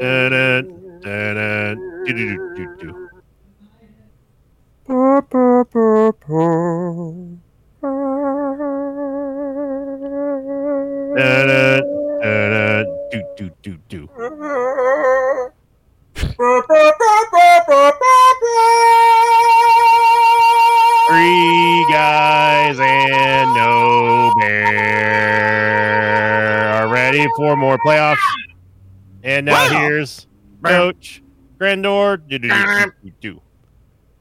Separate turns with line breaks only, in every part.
Da-da, da-da, do-do-do-do-do. Da-da, da-da, do-do-do-do. Three guys and no bear are ready for more playoffs. And now
Wow.
here's Coach Grandor. do, do, do, do, do, do.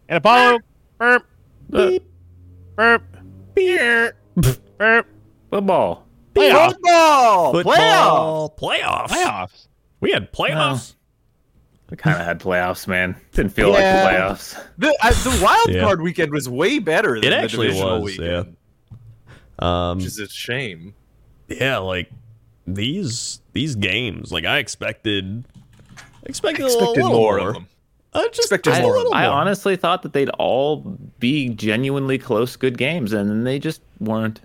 And Apollo. Burp. Beep. Burp. Beer. Burp.
Football.
Playoffs.
Football! Playoff!
Football playoffs.
Playoffs.
We had playoffs.
We kind of had playoffs, man. Didn't feel
Yeah.
like playoffs.
The, uh, the wild
Yeah.
card weekend was way better than
It
the
actually
divisional
was,
weekend,
Um,
which is a shame.
yeah, like these these games. Like I expected, expected, a
Expected
little
more of them.
I just
Expected
just a
more of
little
I honestly thought that they'd all be genuinely close, good games, and then they just weren't.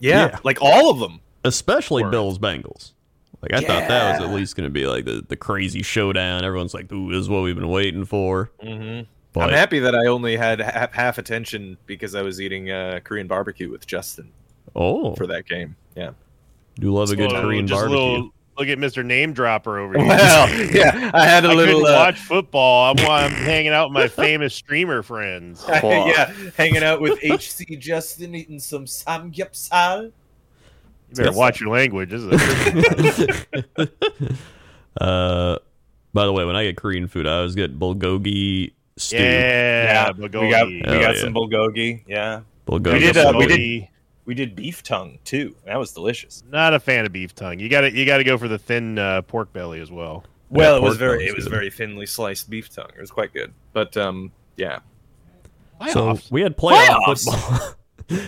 Yeah,
Yeah.
like all of them.
especially
Word.
Bills Bengals. Like I thought that was
Yeah.
at least going to be like the, the crazy showdown. Everyone's like, "Ooh, this is what we've been waiting for."
Mm-hmm.
But
I'm happy that I only had ha- half attention because I was eating uh, Korean barbecue with Justin
oh,
for that game. Yeah.
do love a good
Well,
Korean
just a
barbecue.
little- look at Mr. Name Dropper over here.
Well, yeah, I had a
I
little.
couldn't
Uh,
watch football. I'm, I'm hanging out with my famous streamer friends.
yeah, hanging out with HC Justin eating some samgyeopsal.
You better watch your language. This is a-
uh, by the way, when I get Korean food, I always get bulgogi stew.
yeah,
we
bulgogi.
got we
Hell
got
yeah.
some bulgogi. Yeah,
Bulgogi.
We did, uh, we did-
Bulgogi.
we did beef tongue too. That was delicious.
Not a fan of beef tongue. You got to you got to go for the thin uh, pork belly as well.
Well, it
pork
was very
tongue
it
was
was
good.
very thinly sliced beef tongue. It was quite good. But um, yeah,
so
Playoffs.
we had playoff
Playoffs!
football.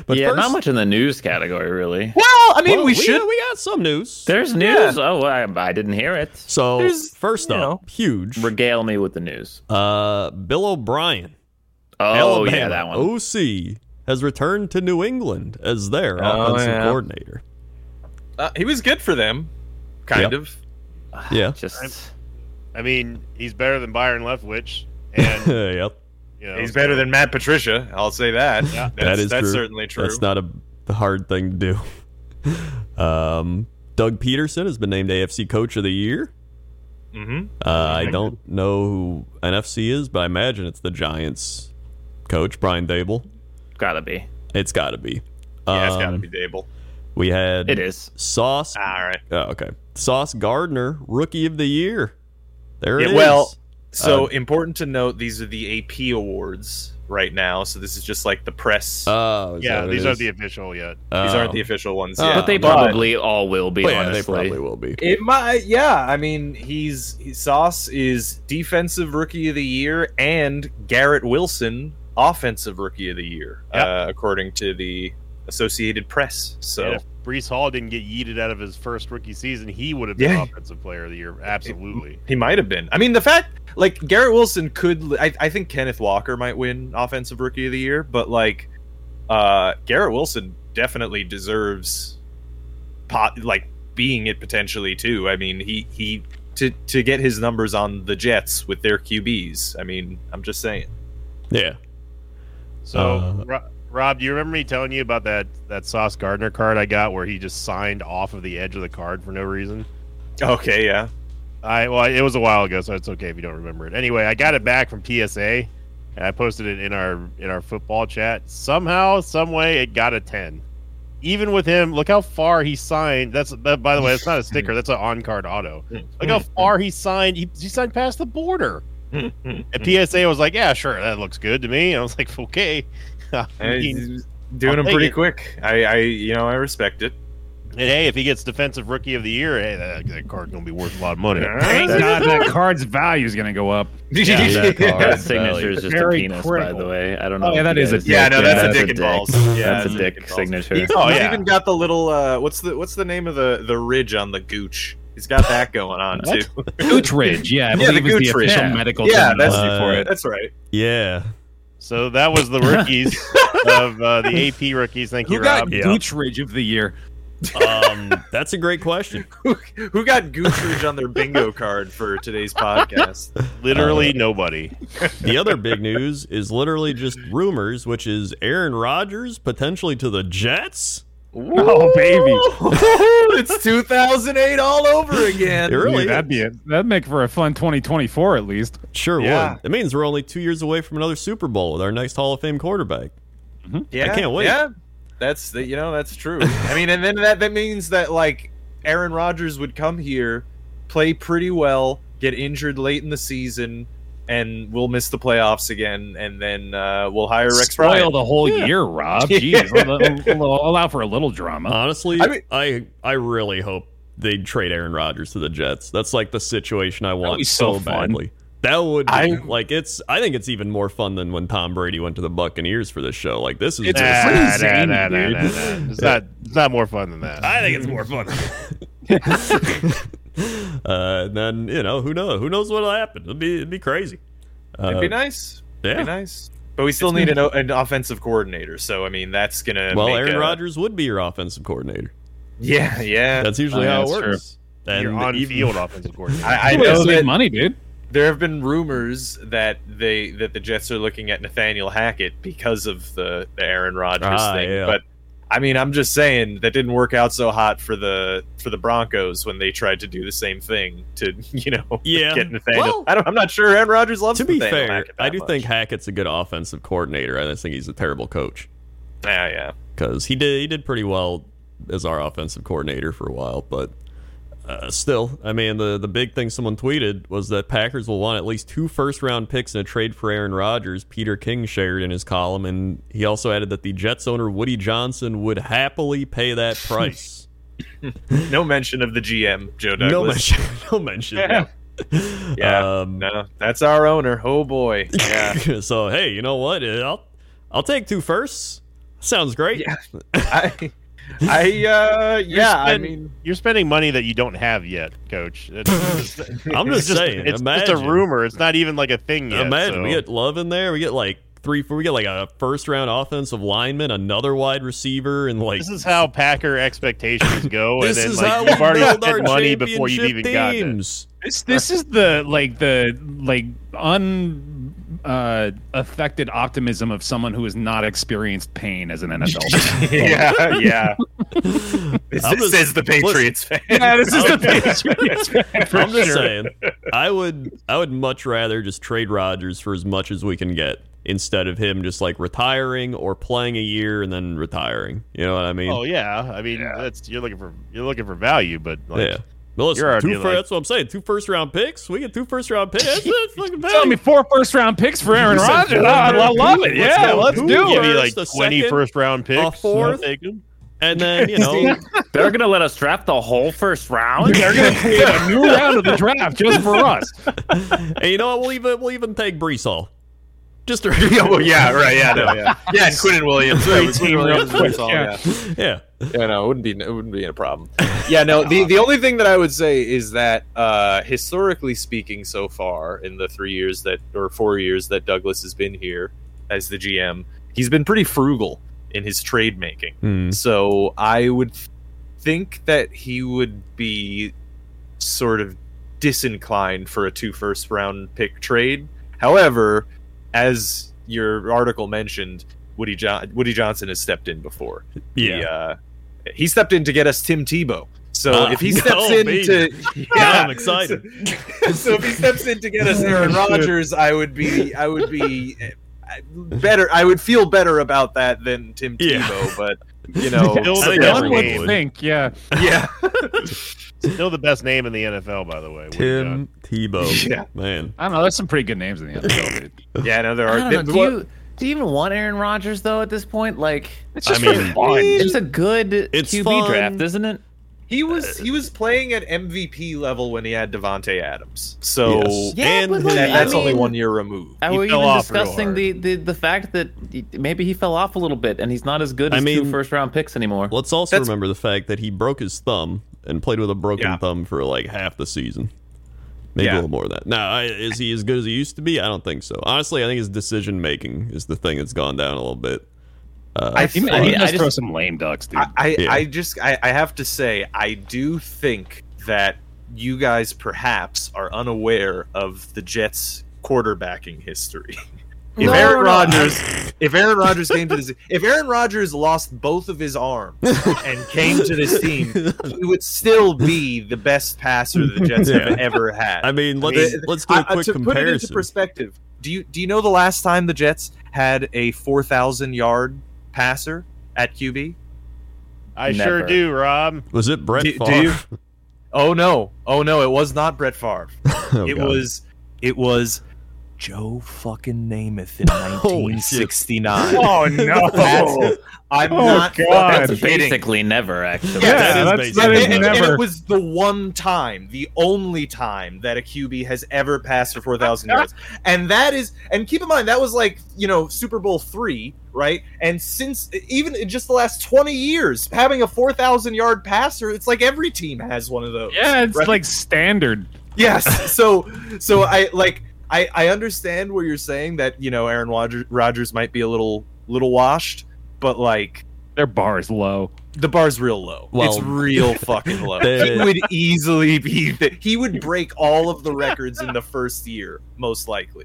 but
yeah,
first,
not much in the news category, really.
Well, I mean,
Well,
we should.
we got some news.
There's news. Oh, I, I didn't hear it.
so
there's,
first
you
up,
know,
huge.
Regale me with the news.
Uh, Bill O'Brien,
Oh,
Alabama
yeah, that one.
OC, has returned to New England as their
Oh,
offensive
yeah.
coordinator.
uh, he was good for them, kind
Yep.
of.
Yeah.
Just
I mean, he's better than Byron Leftwich, and
yep.
you know,
He's better than Matt Patricia. I'll say that.
Yeah.
that's,
That is
that's
true.
certainly true.
That's not a hard thing to do. um, Doug Peterson has been named AFC Coach of the Year.
hmm
Uh, I don't know who NFC is, but I imagine it's the Giants coach, Brian Dable.
gotta be.
It's got to be.
Yeah, it's got to
Um,
be Dable.
We had
It is.
Sauce.
All right.
Oh, okay. Sauce Gardner, Rookie of the Year. There it
Yeah,
is.
well,
um,
So important to note, these are the AP awards right now. So this is just like the press.
Oh, is that
yeah,
what
these
it
aren't
is?
the official yet.
these aren't
Oh.
the official ones.
Oh.
yet.
But they probably all will be,
But Oh, yeah,
honestly.
they probably will be.
It might, yeah. I mean, he's he- Sauce is defensive rookie of the year and Garrett Wilson offensive rookie of the year,
Yep.
uh, according to the Associated Press.
And
So
if Brees Hall didn't get yeeted out of his first rookie season, he would have been
Yeah.
offensive player of the year. Absolutely.
he might have been. I mean, the fact like Garrett Wilson could, li- I, I think Kenneth Walker might win offensive rookie of the year, but like uh, Garrett Wilson definitely deserves pot like being it potentially too. I mean, he he to to get his numbers on the Jets with their QBs. I mean, I'm just saying.
Yeah.
So, Ro- Rob, do you remember me telling you about that that Sauce Gardner card I got where he just signed off of the edge of the card for no reason?
Okay, yeah.
I well, it was a while ago, so it's okay if you don't remember it. Anyway, I got it back from PSA, and I posted it in our in our football chat. Somehow, some way, it got a ten. Even with him, look how far he signed. That's that, by the way, that's not a sticker. That's an on-card auto. Look how far he signed. He, he signed past the border. And PSA was like, "Yeah, sure, that looks good to me." I was like, "Okay." I
I-
mean,
doing
I'll
him
take
pretty
it.
quick. I, I you know I respect it.
and hey, if he gets defensive rookie of the year, hey, that, that card's gonna be worth a lot of money.
Thank God that card's value is going to go up.
that
That
card.
signature is just a
Very
penis,
critical.
by the way. I don't
Oh,
know.
yeah,
if
that
you
is a
guys-
dick.
Yeah, no, that's
Yeah,
a
that's
dick
a
and
dick.
balls. Yeah,
That's a
dick
dick
and balls.
signature.
He's,
Oh,
he's
yeah.
even got the little uh, what's the what's the name of the the ridge on the gooch? He's got that going on too.
What? Gooch Ridge, yeah,
Yeah,
I
the
believe is the
Gooch Ridge,
official
yeah.
medical
yeah,
term.
that's
Uh,
for it. That's right.
Yeah.
So that was the rookies of uh, the AP rookies. Thank
Who
you,
got
Rob.
Yeah.
Gooch Ridge of the year?
Um, that's a great question.
who, who got Goochridge on their bingo card for today's podcast?
Literally
Oh.
nobody.
The other big news is literally just rumors, which is Aaron Rodgers potentially to the Jets.
Oh baby,
it's 2008 all over again.
It really
Ooh, that'd be it. That'd make for a fun 2024 at least.
sure
Yeah.
would. It means we're only two years away from another Super Bowl with our next Hall of Fame quarterback.
Yeah,
I can't wait.
Yeah, that's the, you know that's true. I mean, and then that that means that like Aaron Rodgers would come here, play pretty well, get injured late in the season, and we'll miss the playoffs again, and then uh, we'll hire Rex
Spoil
Ryan.
the whole year, Rob. Jeez, I'll- I'll- I'll allow for a little drama.
Honestly, I
I mean-
I, really hope they trade Aaron Rodgers to the Jets. That's like the situation I want
be
so,
so fun.
badly. That would be,
I-
like it's. I think it's even more fun than when Tom Brady went to the Buccaneers for this show. Like this is.
It's
just-
pretty
nah, nah,
zany,
nah, nah, nah,
dude.
nah. It's not. It's not more fun than that.
I think it's more fun. uh, and then you know who knows who knows what'll happen. It'd be it'd be crazy. Uh,
It'd be nice. It'd be
Yeah.
nice. But we still need an, o- an offensive coordinator. So I mean, that's gonna.
Well,
make
Aaron
a-
Rodgers would be your offensive coordinator.
Yeah, yeah.
That's usually
Oh, yeah,
how it
that's
works. And
You're on
even-
field offensive coordinator.
I, I
You would've
know
saved
that
money, dude.
there have been rumors that they that the Jets are looking at Nathaniel Hackett because of the, the Aaron Rodgers
Ah,
thing.
yeah.
But I mean, I'm just saying that didn't work out so hot for the for the Broncos when they tried to do the same thing to you know
Yeah.
get Nathaniel.
Well-
I don't, I'm not sure Aaron Rodgers loves.
to be
Nathaniel
fair,
Hackett that
I do
much.
think Hackett's a good offensive coordinator. I just think he's a terrible coach
Yeah, yeah.
because he did he did pretty well as our offensive coordinator for a while, but. Uh, still, I mean, the, the big thing someone tweeted was that Packers will want at least two first round picks in a trade for Aaron Rodgers. Peter King shared in his column, and he also added that the Jets owner Woody Johnson would happily pay that price.
No mention of the GM Joe Douglas.
no mention, no mention.
Yeah. Yeah.
Um,
No, that's our owner. Oh boy. Yeah.
so hey, you know what? I'll I'll take two firsts. Sounds great.
Yeah. I, I, uh, yeah. I
spend-
mean,
You're spending money that you don't have yet, Coach. It's just,
I'm just, saying.
it's
imagine,
just a rumor. It's not even like a thing yet.
imagine
so-
we get love in there. We get like three, four. We get like a first round offensive lineman, another wide receiver, and like
This is how Packer expectations go, and
this
then
is
like
how
you've
we
already
build our
spent money before you've
championship
even gotten it.
teams.
This this is the like the like un uh, affected optimism of someone who has not experienced pain as an NFL.
yeah, yeah. This,
I'm
this
just-
is the Patriots fan.
yeah, this is the Patriots. fan, for
I'm just
sure.
saying, I would I would much rather just trade Rodgers for as much as we can get instead of him just like retiring or playing a year and then retiring. You know what I mean?
Oh yeah, I mean that's you're looking for you're looking for value, but like,
yeah. Well, listen,
You're already
two fir-
like-
that's what I'm saying. Two first round picks. We get two first round picks. That's, that's fucking bad.
Tell me four first round picks for Aaron
You said
Rodgers.
four.
Oh, I, lo- love
Let's
it. Yeah,
go.
let's
Who
do
give
it.
first,
me like
a
20
second,
first round picks. I'll
fourth.
take 'em.
And then you know,
They're gonna let us draft the whole first round.
They're going to create a new round of the draft just for us.
and you know what? We'll even we'll even take Brees Hall. Just to,
yeah, well, yeah, right, yeah, no, yeah, yeah, and Quinton Williams, right, Quinton Williams
quick,
was all,
yeah.
yeah.
yeah.
yeah, no, it wouldn't be, it wouldn't be a problem. Yeah, no, the the only thing that I would say is that uh, historically speaking, so far in the three years that or four years that Douglas has been here as the GM, he's been pretty frugal in his trade making.
Hmm. Mm-hmm.
So I would think that he would be sort of disinclined for a two first round pick trade. However, as your article mentioned, Woody John- Woody Johnson has stepped in before.
Yeah.
He, uh, he stepped in to get us Tim Tebow. So
Ah,
if he
no,
steps in
baby.
to
Now I'm excited.
So, so if he steps in to get
Oh,
us Aaron Rodgers, I would be I would be uh, better I would feel better about that than Tim
Yeah.
Tebow, but you know,
Still
I
the
think
best
One
everyone
would
name.
would.
think, yeah.
yeah.
Still the best name in the NFL, by the way. uh, Woody Johnson.
Tim Tebow.
Yeah.
Man.
I don't know. There's some pretty good names in the NFL, dude.
Yeah, no, there
I
are.
don't know. Do you do you even want Aaron Rodgers though? At this point, like
It's
I
just
mean-
for fun.
it's a good
It's
QB
fun.
draft, isn't it?
he was he was playing at MVP level when he had Devonte Adams, so
Yes.
Yeah,
oh, and
but,
his-
like,
that- that's
I mean-
only one year removed.
Are
He
we
fell
even
off real
discussing
hard.
the, the, the fact that he- maybe he fell off a little bit and he's not as good
I
as
mean-
two first round picks anymore?
Let's also
That's-
remember the fact that he broke his thumb and played with a broken
Yeah.
thumb for like half the season. Maybe a
Yeah.
little more of that. Now, I, is he as good as he used to be? I don't think so. Honestly, I think his decision making is the thing that's gone down a little bit. Uh,
I
He, he
I
must
mean,
I
throw
just-
some lame ducks, dude.
I, I,
Yeah.
I just I, I have to say I do think that you guys perhaps are unaware of the Jets quarterbacking history. If
No,
Aaron Rodgers if Aaron Rodgers came to this if Aaron Rodgers lost both of his arms and came to this team, he would still be the best passer the Jets
Yeah.
have ever had.
I mean, let's
mean,
let's do a
I- uh,
quick
to put it into
comparison.
perspective, do you do you know the last time the Jets had a four thousand yard passer at QB?
I sure
Never.
do, Rob.
Was it Brett
Do- do
Favre?
you- Oh no! Oh no! It was not Brett Favre.
Oh,
it
God.
was, it was Joe fucking Namath in
Holy shit.
1969.
Oh no!
That's- I'm
Oh,
not
God.
fucking
That's
kidding.
basically never actually.
Yeah,
that is
that's-
basic.
that is
And, and- and
never.
it was the one time, the only time that a QB has ever passed for 4,000 yards. And that is, and keep in mind, that was like, you know, Super Bowl three, right? And since even in just the last 20 years, having a 4,000 yard passer, it's like every team has one of those.
yeah, it's
right?
like standard.
yes. So, so I like, I, I understand where you're saying that, you know, Aaron Rodger- Rodgers might be a little, little washed, but like,
Their bar is low.
the bar's real low.
Well-
it's real fucking low.
The-
he would easily be. The, he would break all of the records in the first year, most likely.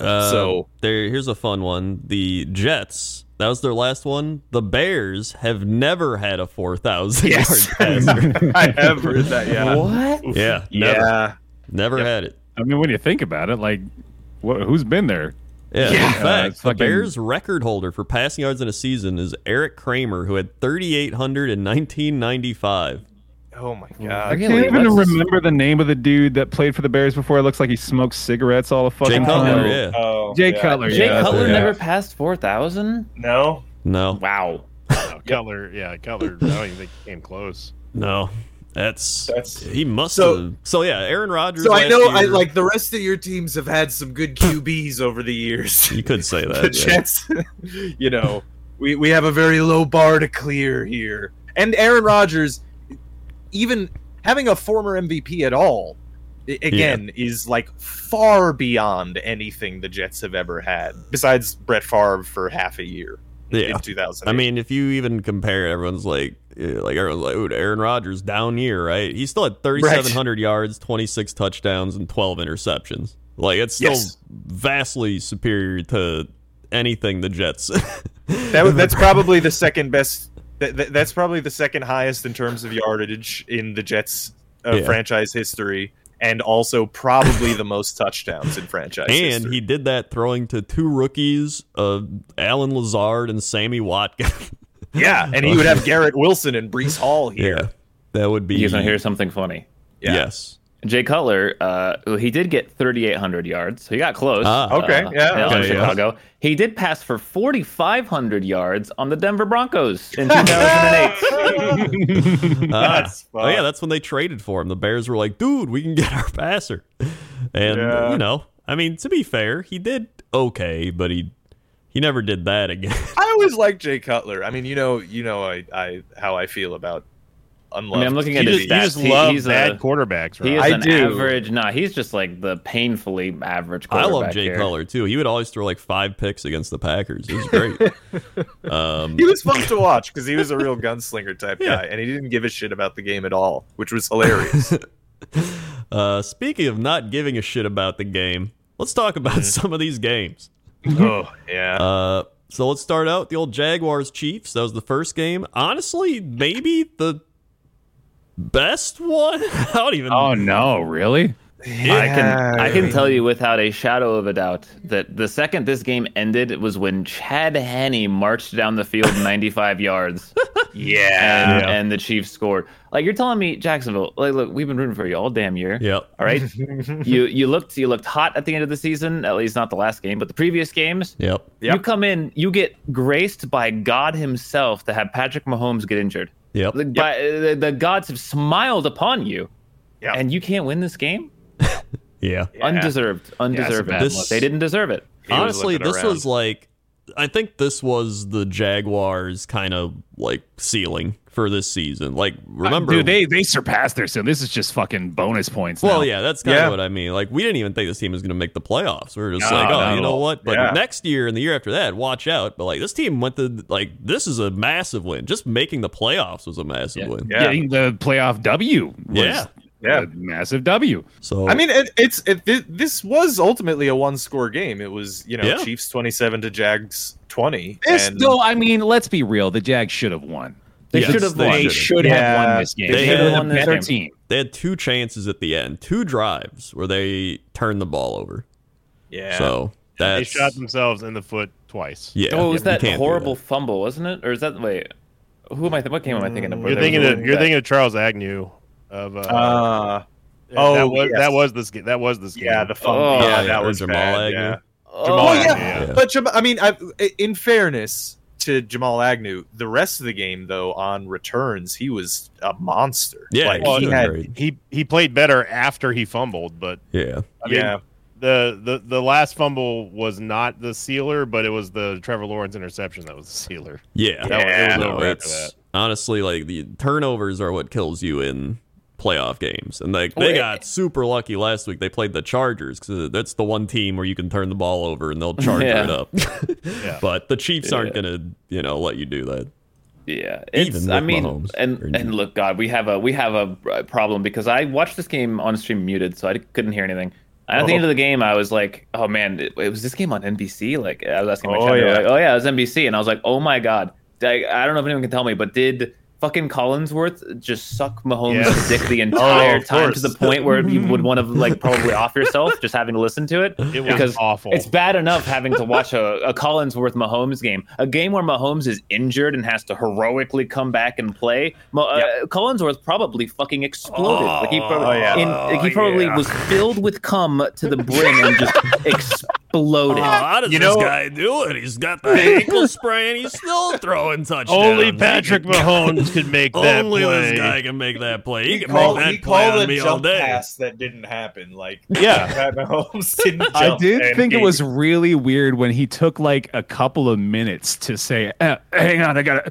Uh,
So-
there, here's a fun one. The Jets. That was their last one. The Bears have never had a four thousand
Yes.
yard passer.
I have heard that. Yeah.
What?
yeah, never,
Yeah.
never had it.
I mean, when you think about it, like, wh- who's been there?
Yeah,
Yeah.
in
Uh,
fact,
it's
the
fucking-
Bears record holder for passing yards in a season is Eric Kramer, who had 3,800 in 1995.
Oh my
I
god.
Okay.
can't
Really,
even
that's-
remember the name of the dude that played for the Bears before. It looks like he smoked cigarettes all the
Jay
fucking time. Uh,
Cutler, yeah.
Oh,
Jay
yeah.
Cutler.
Jay
yeah,
Cutler
yeah.
never passed four thousand.
No.
No,
Wow.
No, Cutler, Oh, yeah, Cutler. I don't even think he came close.
no, that's
That's-
he must.
So-
have, so yeah, Aaron Rodgers.
So I
last
know, I
year-
like the rest of your teams have had some good QBs over the years.
You could say
the
that. yeah.
Jets, you know, we, we have a very low bar to clear here. And Aaron Rodgers, even having a former MVP at all, i- again, is like far beyond anything the Jets have ever had, besides Brett Favre for half a year
Yeah.
in 2000.
I mean, if you even compare, everyone's like, eh, like everyone's like, ooh, Aaron Rodgers down year, right? He still had 3,700 yards, 26 touchdowns, and 12 interceptions. Like it's still
Yes.
vastly superior to anything the Jets.
that, was- that's probably the second best. That, that- that's probably the second highest in terms of yardage in the Jets uh,
Yeah.
franchise history, and also probably the most touchdowns in franchise
and
history.
he did that throwing to two rookies, uh, Alan Lazard and Sammy Watkins.
Yeah, and he would have Garrett Wilson and Brees Hall here.
that would be
You guys want to hear something funny?
Yeah.
yes.
Jay Cutler, uh, well, he did get 3,800 yards. So he got close.
Ah.
Okay,
uh,
yeah,
in
okay, yeah.
Chicago. He did pass for 4,500 yards on the Denver Broncos in 2008.
Ah.
That's
Oh yeah, that's when they traded for him. The Bears were like, "Dude, we can get our passer," and
Yeah.
you know, I mean, to be fair, he did okay, but he he never did that again.
I always like Jay Cutler. I mean, you know, you know, I, I how I feel about
I
unloved.
mean, I'm looking
You
at
just,
his
you
stats.
just
He-
love
he's
bad
a,
quarterbacks,
he
right?
is
I
an
do.
average. Nah, he's just like the painfully average
I
quarterback.
love Jay
here.
Cutler too. He would always throw like five picks against the Packers. It was great. um,
he was fun to watch because he was a real gunslinger type
Yeah.
guy, and he didn't give a shit about the game at all, which was hilarious.
uh, speaking of not giving a shit about the game, let's talk about some of these games.
oh yeah,
Uh, so let's start out with the old Jaguars Chiefs. That was the first game. Honestly, maybe the best one. I don't even.
Oh no, really?
I can I can tell you without a shadow of a doubt that the second this game ended it was when Chad Henney marched down the field 95 yards. Yeah. And, and the Chiefs scored. Like you're telling me Jacksonville, like look, we've been rooting for you all damn year.
Yep.
All right. you you looked you looked hot at the end of the season, at least not the last game, but the previous games.
Yep.
You
Yep.
come in, you get graced by God himself to have Patrick Mahomes get injured.
Yep.
The, by, the, the gods have smiled upon you.
Yep.
And you can't win this game?
Yeah.
Yeah.
Undeserved. Undeserved.
bad
This-
look.
they didn't deserve it.
was
Honestly,
looking
this
around.
was like I think this was the Jaguars kind of like ceiling for this season. Like remember
dude, they they surpassed their sim. This is just fucking bonus points.
Well,
now.
yeah, that's kind of
Yeah.
what I mean. Like, we didn't even think this team was going to make the playoffs. We were just
No,
like,
not
oh, you
at
know
all.
what? But
Yeah.
next year and the year after that, watch out. But like, this team went to like this is a massive win. Just making the playoffs was a massive win.
Yeah.
getting the playoff W. Was
Yeah.
Yeah.
a massive W.
So
I mean, it, it's it, thi- this was ultimately a one-score game. It was you know
Yeah.
Chiefs twenty-seven to Jags twenty.
This,
and-
though, I mean, let's be real. The Jags should have won.
They
Yes,
should have
they
won.
They
should've.
should
Yeah.
have won this game.
They
They, were
had
the
won this
better
game.
team.
they had two chances at the end, two drives where they turned the ball over.
yeah,
So that's
They shot themselves in the foot twice.
yeah.
oh, it was
you
that
can't do
horrible fumble, wasn't it? Or is that wait? Who am I? Th- what game am I thinking of? where
Mm, You're
they were
thinking of
doing
you're
that?
thinking of Charles Agnew. Of uh,
uh,
oh,
oh,
that was
yes.
that was this game. That was this game.
yeah, the fun.
Oh,
yeah,
yeah,
that
or
was
Jamal
bad,
Agnew.
yeah.
Oh,
Jamal
Oh,
Agnew,
yeah. But Jam- I mean, I, in fairness to Jamal Agnew, the rest of the game though on returns, he was a monster.
Yeah,
like,
well,
he
should've
had,
agreed.
He he played better after he fumbled, but
yeah.
I mean,
yeah,
the, the the last fumble was not the sealer, but it was the Trevor Lawrence interception that was the sealer.
Yeah.
That was- it
Yeah,
was
no,
over after
it's-
that.
honestly like the turnovers are what kills you in playoff games, and like
Well,
they
it-
got super lucky last week. They played the Chargers because that's the one team where you can turn the ball over and they'll charge
Yeah.
it up. But the Chiefs aren't gonna you know let you do that.
Yeah,
Even
it's,
with
I mean,
Mahomes.
and
Or-
and look, God, we have a we have a uh, problem because I watched this game on stream muted, so I couldn't hear anything. And at the
Oh.
end of the game, I was like, "Oh man, it, it was this game on NBC?" Like I was asking my
Oh,
chat, they were
yeah.
like, "Oh yeah, it was NBC," and I was like, "Oh my God!" I, I don't know if anyone can tell me, but did fucking Collinsworth just suck Mahomes'
Yes.
dick the entire
of
time to
course.
the point where you would want to like probably off yourself just having to listen to it?
It was
because
awful.
it's bad enough having to watch a, a Collinsworth Mahomes game, a game where Mahomes is injured and has to heroically come back and play. Mo- uh, Collinsworth probably fucking exploded. like he probably,
Oh, yeah.
in, like he probably
yeah.
was filled with cum to the brim and just exploded.
Oh,
Oh,
how does
You this know-
guy do it? He's got the ankle sprain. He's still throwing touchdowns.
Only Patrick Mahomes could make that play.
can make that play.
that didn't happen. Like
Yeah.
Pat Mahomes didn't.
I did think it was really weird when he took like a couple of minutes to say, "Uh, "Hang on, I
I
gotta."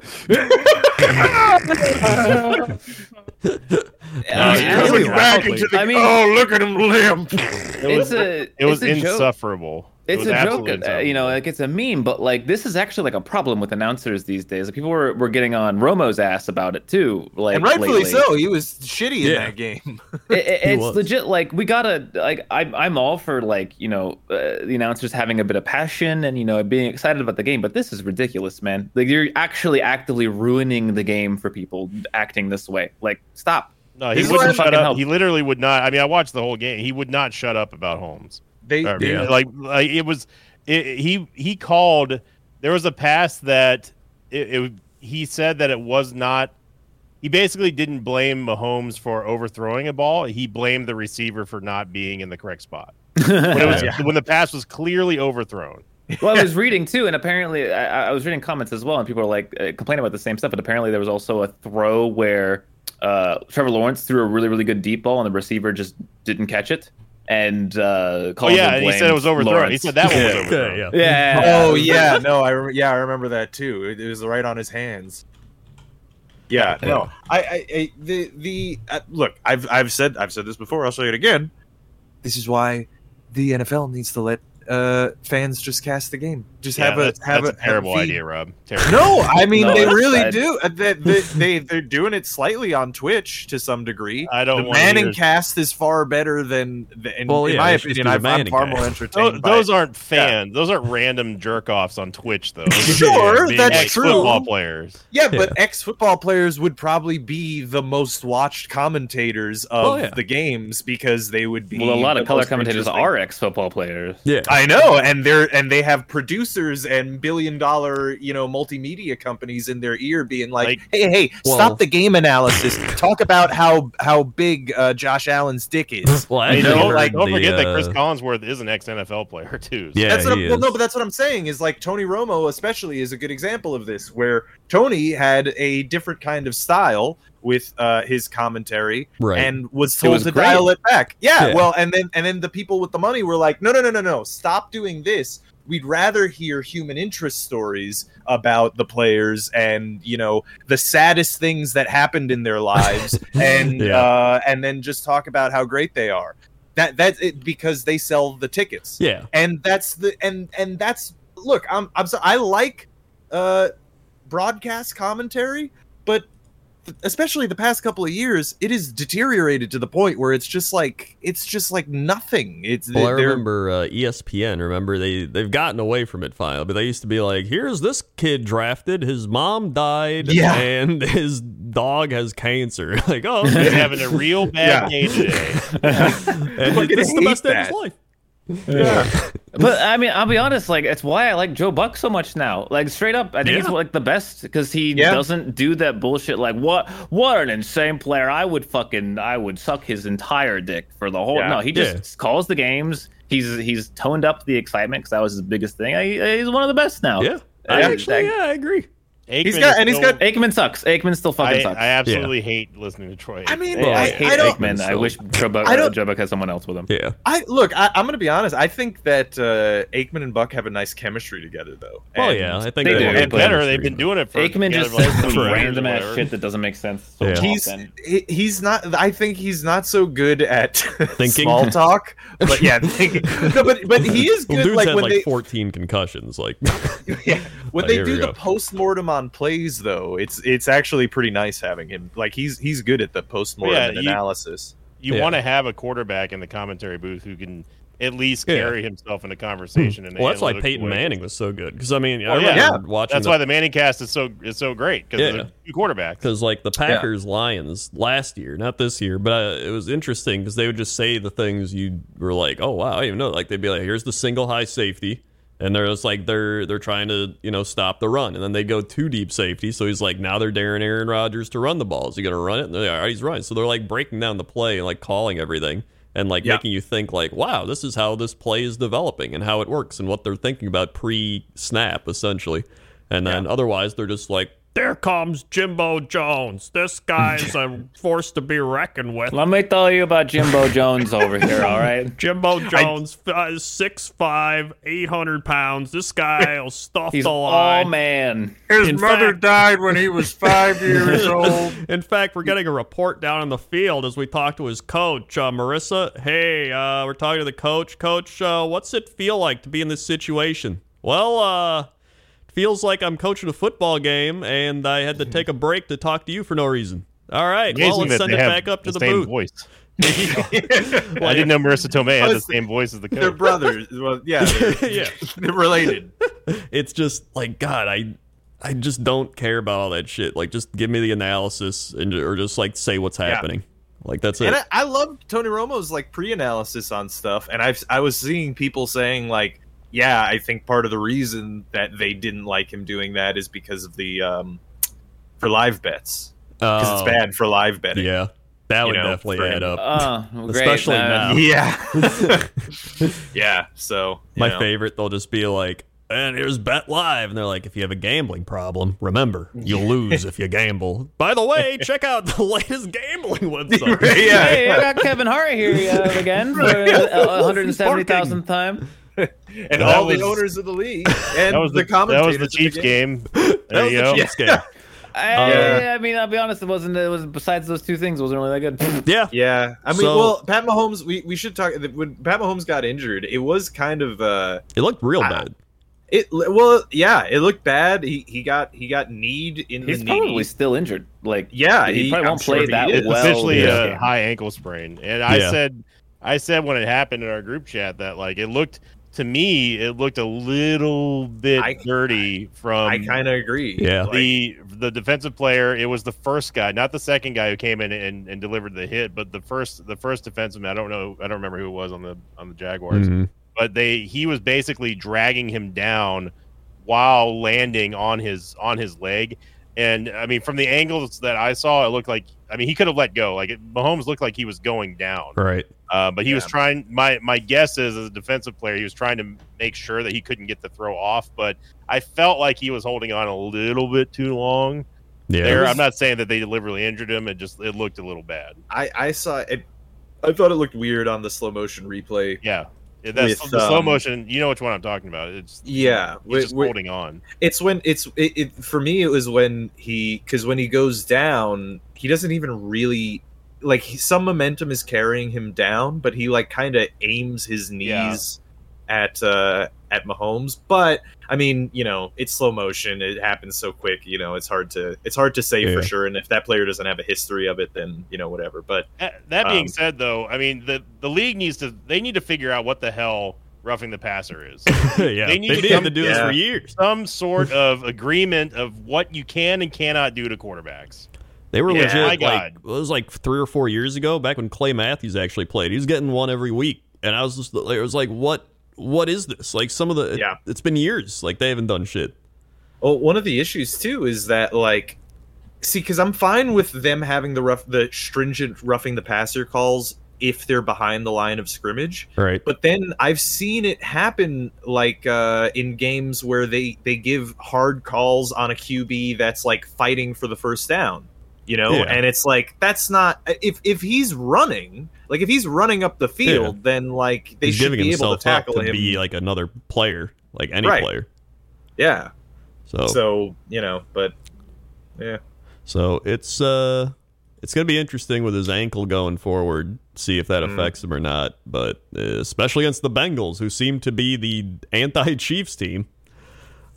mean,
yeah.
it's-
really loudly.
I mean-
oh, look at him limp. It
it's
was,
a
it was
it's a joke.
insufferable. It
It's
was
a joke,
absolutely
uh, you
insufferable.
know, like it's a meme, but like this is actually like a problem with announcers these days. Like people were, were getting on Romo's ass about it too, like
and rightfully
lately.
so. He was shitty in
Yeah.
that game.
it, it- it's
was.
legit like we gotta like I'm, I'm all for like you know uh, the announcers having a bit of passion and you know being excited about the game but this is ridiculous man like you're actually actively ruining the game for people acting this way like stop
No,
This
he
is
wouldn't
why I
shut
fucking
up.
help.
He literally would not. I mean, I watched the whole game. He would not shut up about Holmes.
They
Or,
Yeah.
Like, like it was. It, he he called. There was a pass that it, it. He said that it was not. He basically didn't blame Mahomes for overthrowing a ball. He blamed the receiver for not being in the correct spot when, it was, when the pass was clearly overthrown. Oh,
well i was reading too and apparently i, I was reading comments as well and people are like uh, complaining about the same stuff but apparently there was also a throw where uh, trevor lawrence threw a really really good deep ball and the receiver just didn't catch it and uh
Oh yeah, and he said it was overthrown. He said that one was overthrown.
yeah.
yeah
Oh yeah, no, I rem- yeah I remember that too. It, it was right on his hands. Yeah, no, I, I, I the the uh, look, I've I've said I've said this before. I'll say it again. This is why the NFL needs to let uh, fans just cast the game. Just
Yeah,
have a
that's,
have
that's a, terrible
have feed.
idea, Rob. Terrible.
No, I mean
No,
they
that's
really
bad.
do. Uh, They, they, they they're doing it slightly on Twitch to some degree.
I don't
the
want
Manning
hear-
cast is far better than, the, in,
Well,
in
yeah,
my
they should just
opinion.
do the
I, I'm
Manning
far
cast.
more
Tho-
entertained. by
those
it.
aren't fans. Those aren't random jerk offs on Twitch, though.
Sure,
Being
that's
like
true.
Football players.
Yeah, but ex football players would probably be the most watched commentators of
Oh, yeah.
the games because they would be.
Well, a lot
the
of color
most
commentators
interesting.
are ex football players.
Yeah.
I know, and they're and they have producers and billion dollar you know multimedia companies in their ear, being like,
Like-
"Hey, hey,
Well-
stop the game analysis. Talk about how how big uh, Josh Allen's dick is."
Well,
I mean,
actually,
don't,
heard
like, don't
the,
forget that
uh,
Chris Collinsworth is an ex NFL player too. So
Yeah,
that's what
he
I'm, well,
is.
no, but that's what I'm saying is like Tony Romo, especially, is a good example of this, where Tony had a different kind of style with uh, his commentary
right.
and was
It
told
was
to
great.
dial it back. Yeah,
Yeah.
well, and then and then the people with the money were like, no, no, no, no, no, stop doing this. we'd rather hear human interest stories about the players and you know the saddest things that happened in their lives and
Yeah.
uh, and then just talk about how great they are. That that's it because they sell the tickets
Yeah.
and that's the and and that's look i'm i'm so i like uh broadcast commentary but th- especially the past couple of years it is deteriorated to the point where it's just like it's just like nothing it's
Well, I
they're-
remember uh, ESPN. Remember they they've gotten away from it finally, but they used to be like, "Here's this kid drafted. His mom died,
Yeah.
and his dog has cancer." like, oh,
He's
okay.
having a real bad day today.
And
Fucking
this is the
hate
best day of
that.
his life.
But I mean, I'll be honest. Like, it's why I like Joe Buck so much now. Like, straight up, I think he's
Yeah.
like the best because he
Yeah.
doesn't do that bullshit. Like, what? What an insane player! I would fucking, I would suck his entire dick for the whole.
Yeah.
No, he just
Yeah.
calls the games. He's he's toned up the excitement because that was his biggest thing. He- he's one of the best now.
Yeah,
I- I-
actually, yeah, I agree.
Aikman
He's got-
is
and he's
still-
got-
Aikman sucks. Aikman still fucking
I,
sucks.
I absolutely hate listening to Troy.
i
Aikman.
mean
Yeah, I,
I,
hate
I don't
Aikman. I
so-
wish Joe Buck,
I don't-
Joe Buck has someone else with him.
Yeah,
I look. I, I'm gonna be honest. I think that uh, Aikman and Buck have a nice chemistry together, though.
well,
And
Oh, yeah, I think
they
they
do.
do.
and better, they've been doing it for
Aikman
together
just
for like
says
20
some
years or
random ass
whatever.
shit that doesn't make sense. So
Yeah.
he's
often.
he- he's not i think he's not so good at
Thinking.
small talk but yeah thinking. No, but but he is
Well,
good
dude's
like
had
when
like
they
14 concussions. Like,
yeah, when
Oh,
they
here we
do the
go.
post-mortem on plays though it's it's actually pretty nice having him like he's he's good at the post-mortem
Yeah,
and
you-
analysis
You
Yeah.
want to have a quarterback in the commentary booth who can at least
Yeah. Hmm.
carry himself in a conversation. And
well, that's why
analytical
Peyton
way.
Manning was so good because I mean, I
Oh, yeah.
remember
Yeah.
watching.
That's
the
why the Manning cast is so is so great because
Yeah.
they're two quarterbacks.
because like the Packers Lions last year, not this year, but uh, it was interesting because they would just say the things you were like, oh wow, I didn't even know. Like they'd be like, here's the single high safety, and they're just like they're they're trying to you know stop the run, and then they go two deep safety. So he's like, now they're daring Aaron Rodgers to run the ball. Is he gonna run it? And they're like, all right, he's running. So they're like breaking down the play and like calling everything. And like
Yeah.
making you think like, wow, this is how this play is developing and how it works and what they're thinking about pre-snap essentially. And then otherwise, they're just like, there comes Jimbo Jones. This guy's a force to be reckoned with.
Let me tell you about Jimbo Jones over here, all right?
Jimbo Jones, is six five, eight hundred pounds. This guy will stuff
He's
the
all
line.
man.
His
In
mother
fact-
died when he was five years old.
In fact, we're getting a report down in the field as we talk to his coach, uh, Marissa. Hey, uh, we're talking to the coach. Coach, uh, what's it feel like to be in this situation? Well, uh, it feels like I'm coaching a football game, and I had to take a break to talk to you for no reason. All right,
Amazing
well, let's
that
send
they
it
have
back up to the,
same
booth.
voice. I
Well,
didn't know Marissa Tomei had the
Honestly,
same voice as the
they're
coach.
brothers well yeah they're,
yeah,
they're related
it's just like God. I I just don't care about all that shit. Like, just give me the analysis and or just like say what's happening. Like that's it.
and I, I love Tony Romo's like pre-analysis on stuff, and I've I was seeing people saying like, yeah, I think part of the reason that they didn't like him doing that is because of the um, for live bets because
Oh,
it's bad for live betting.
Yeah, that
You
would
know,
definitely
for
add
him.
up.
Oh, great.
Especially
Uh,
now.
yeah, yeah. So you
My
know.
favorite, they'll just be like, and here's Bet Live. And they're like, if you have a gambling problem, remember, you'll lose if you gamble. By the way, check out the latest gambling website.
yeah,
Hey, I got Kevin Hart here uh, again for a hundred and seventy thousand time.
and
That
all
was-
the owners of the league and
That was
the,
the, that was
commentators.
the
of
Chiefs game. There
That was
you
the
go.
Chiefs game. Oh,
I,
Yeah.
I mean, I'll be honest. It wasn't. It was besides those two things. it Wasn't really that good.
Yeah.
Yeah, I mean,
So-
well, Pat Mahomes. We, we should talk when Pat Mahomes got injured. It was kind of uh,
It looked real
Ah.
bad.
It well, yeah, it looked bad. He he got he got kneed in
He's
the
probably
knee.
still injured. Like,
Yeah,
he, probably
I'm
won't
sure
play
he
that
is.
It's
well.
essentially
this
a
game.
uh, high ankle sprain. And I
Yeah.
said, I said when it happened in our group chat that like it looked to me, it looked a little bit
I-
dirty from
I kind of agree.
Yeah.
Like,
the the defensive player. It was the first guy, not the second guy who came in and, and delivered the hit, but the first the first defenseman. I don't know. I don't remember who it was on the on the Jaguars,
Mm-hmm.
but they he was basically dragging him down while landing on his on his leg. And I mean, from the angles that I saw, it looked like I mean he could have let go. Like it, Mahomes looked like he was going down.
Right.
Uh, but he was
Yeah.
trying. My my guess is, as a defensive player, he was trying to make sure that he couldn't get the throw off. But I felt like he was holding on a little bit too long.
Yeah.
There, I'm not saying that they deliberately injured him. It just it looked a little bad.
I I saw it. I thought it looked weird on the slow motion replay.
Yeah, That's
With,
the slow
um,
motion. You know which one I'm talking about. It's
Yeah,
he's
we-
just
we-
holding on.
it's when it's it, it for me it was when he because when he goes down he doesn't even really like he, some momentum is carrying him down but he like kind of aims his
Yeah.
knees at uh at mahomes but i mean you know it's slow motion it happens so quick you know it's hard to it's hard to say
Yeah.
for sure and if that player doesn't have a history of it then you know whatever but
Uh, That being
Um,
said, though, I mean the the league needs to they need to figure out what the hell roughing the passer is. They
yeah, they
need to
didn't have
come-
to do this
yeah.
for years.
Some sort of agreement of what you can and cannot do to quarterbacks.
They were
Yeah, my
legit. Like,
God.
it was like three or four years ago, back when Clay Matthews actually played. He was getting one every week, and I was just, like- it was like, what, what is this? Like some of the,
Yeah.
it's been years. Like they haven't done shit.
Well, one of the issues too is that like, see, because I'm fine with them having the rough, the stringent roughing the passer calls if they're behind the line of scrimmage.
Right.
But then I've seen it happen like uh, in games where they they give hard calls on a QB that's like fighting for the first down, you know,
Yeah.
and it's like that's not if if he's running like if he's running up the field, then like they
He's
should
giving
be able
himself
to tackle
up to
him.
be uh, like another player, like any
Right.
player.
yeah,
So, so,
so you know, but yeah.
it's uh, it's gonna be interesting with his ankle going forward. See if that
Mm.
affects him or not. But uh, especially against the Bengals, who seem to be the anti-Chiefs team.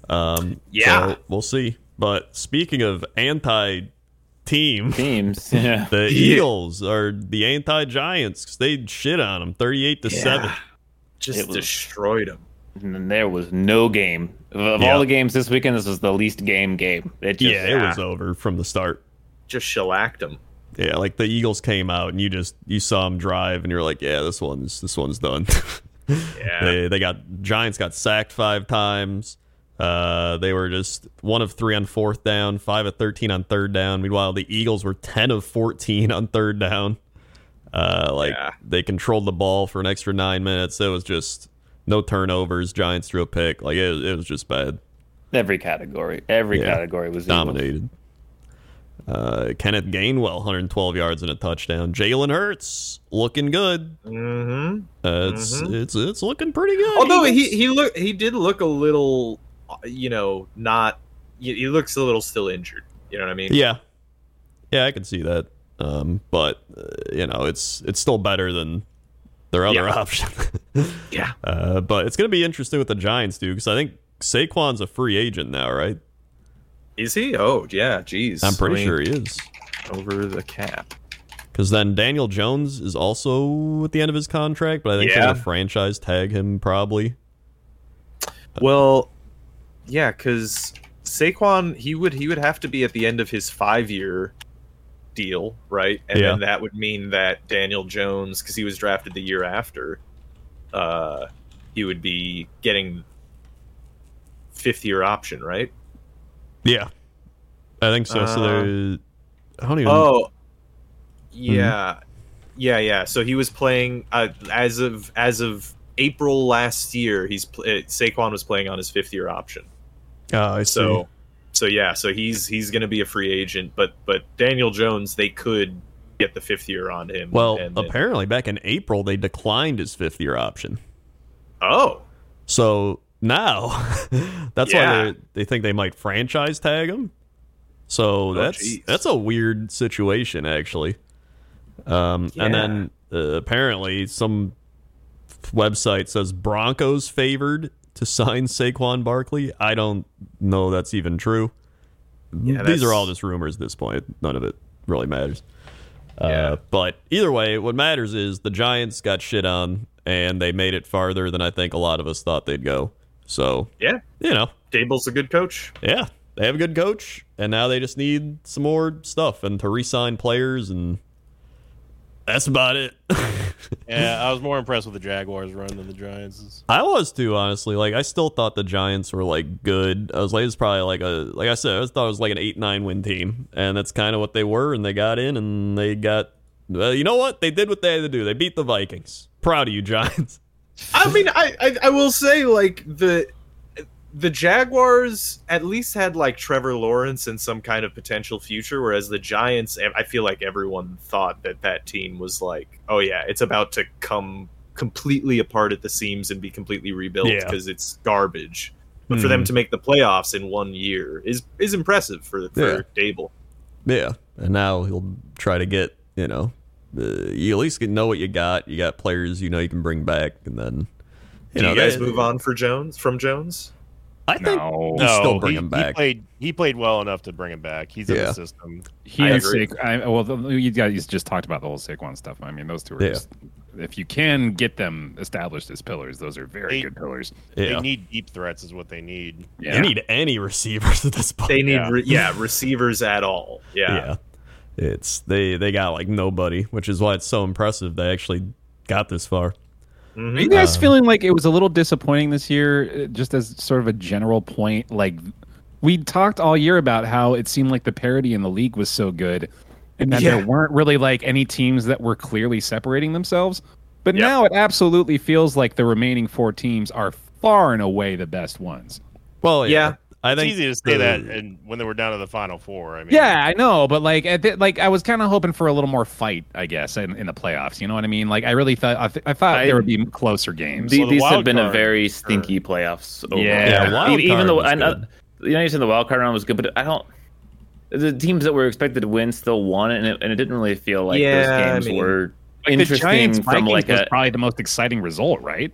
Um,
Yeah.
so we'll see. But speaking of anti-team,
Teams. Yeah.
the Eagles are the anti-Giants. They shit on them, thirty-eight to seven.
just
It was-
destroyed him.
And then there was no game. Of, of
Yeah.
all the games this weekend, this was the least game game. It just,
Yeah, it was over from the start.
Just shellacked him.
Yeah, like the Eagles came out and you just you saw them drive and you're like, yeah, this one's this one's done.
Yeah.
they they got Giants got sacked five times. Uh, they were just one of three on fourth down, five of thirteen on third down. Meanwhile, the Eagles were ten of fourteen on third down. Uh, like
Yeah.
they controlled the ball for an extra nine minutes. It was just no turnovers. Giants threw a pick. Like it, it was just bad.
every category. Every
Yeah.
category was equal.
dominated. Uh, Kenneth Gainwell, 112 yards and a touchdown. Jalen Hurts looking good.
hmm
Uh, it's it's it's looking pretty good.
Although he
Eagles.
he look he did look a little, uh, you know, not. He, he looks a little still injured. You know what I mean?
yeah, yeah, I can see that. Um, but uh, you know, it's it's still better than their other
Yeah.
option.
Yeah.
Uh, but it's gonna be interesting what the Giants do because I think Saquon's a free agent now, right?
Is he? Oh yeah. Jeez.
I'm pretty
I mean,
sure he is.
over the cap.
Because then Daniel Jones is also at the end of his contract, but I think they're
Yeah.
gonna franchise tag him probably. Uh,
Well, yeah, because Saquon he would he would have to be at the end of his five year deal, right? And
Yeah.
then that would mean that Daniel Jones, because he was drafted the year after, uh, he would be getting fifth year option, right?
Yeah, I think so. so
Uh,
there, I don't even.
Oh,
Mm-hmm.
yeah, yeah, yeah. So he was playing uh, as of as of April last year. He's pl- uh, Saquon was playing on his fifth year option.
Ah, I see.
So, so yeah, so he's he's going to be a free agent, but but Daniel Jones, they could get the fifth year on him.
well,
and then-
apparently back in April they declined his fifth year option.
oh,
So now, that's
Yeah.
why they they think they might franchise tag him. So that's
Oh, jeez.
that's a weird situation actually. Um, And then uh, apparently some website says Broncos favored to sign Saquon Barkley. I don't know that's even true. These
that's-
are all just rumors at this point. None of it really matters.
Yeah.
Uh, but either way, what matters is the Giants got shit on, and they made it farther than I think a lot of us thought they'd go. So
yeah,
you know,
Dable's a good coach.
yeah, they have a good coach, and now they just need some more stuff and to re-sign players, and that's about it.
Yeah, I was more impressed with the Jaguars run than the Giants.
I was too, honestly. Like I still thought the Giants were like good. I was like, it's probably like a like I said, I thought it was like an eight nine win team, and that's kind of what they were. And they got in, and they got. Well, you know what? They did what they had to do. They beat the Vikings. Proud of you, Giants.
I mean, I, I I will say like the the Jaguars at least had like Trevor Lawrence and some kind of potential future, whereas the Giants, I feel like everyone thought that that team was like, oh yeah, it's about to come completely apart at the seams and be completely rebuilt
Yeah. Mm-hmm.
because it's garbage. But for them to make the playoffs in one year is is impressive for for
Yeah.
Dable.
Yeah, and now he'll try to get you know, uh, you at least can know what you got. You got players you know you can bring back, and then
Do
you know
you guys
they-
move on for Jones from Jones?
I think
No.
you still bring
he,
him
He
back.
played, he played well enough to bring him back. He's in
Yeah.
the system.
He
I
and
agree.
Saquon. I, well, the, you guys just talked about the whole Saquon stuff. I mean, those two are
Yeah.
just. If you can get them established as pillars, those are very
They-
good pillars.
yeah.
They need deep threats, is what they need.
Yeah.
They need any receivers at this point.
They need
Yeah.
re- yeah receivers at all. Yeah.
yeah. It's they they got like nobody, which is why it's so impressive they actually got this far.
Mm-hmm.
Are you
Um,
guys feeling like it was a little disappointing this year, uh, just as sort of a general point? Like, we talked all year about how it seemed like the parity in the league was so good, and that
Yeah.
there weren't really like any teams that were clearly separating themselves. But
Yep.
now it absolutely feels like the remaining four teams are far and away the best ones.
Well, yeah.
Yeah.
I
It's
think
easy to say that,
the-
and when they were down to the final four, I mean,
Yeah, I know, but like, at the, like I was kind of hoping for a little more fight, I guess, in, in the playoffs. You know what I mean? Like, I really thought I, th- I thought
I-
there would be closer games.
The-
Well, the
these have
wild
been a
card,
very stinky playoffs. Overall.
Yeah,
Yeah, wild
E- even
card
though
was
I know,
good.
you know, you said the wild card round was good, but I don't. The teams that were expected to win still won, and it, and it didn't really feel like
Yeah, I
those games
mean-
were
Like, the
interesting
Giants
from
Vikings
like
was
a
probably the most exciting result, right?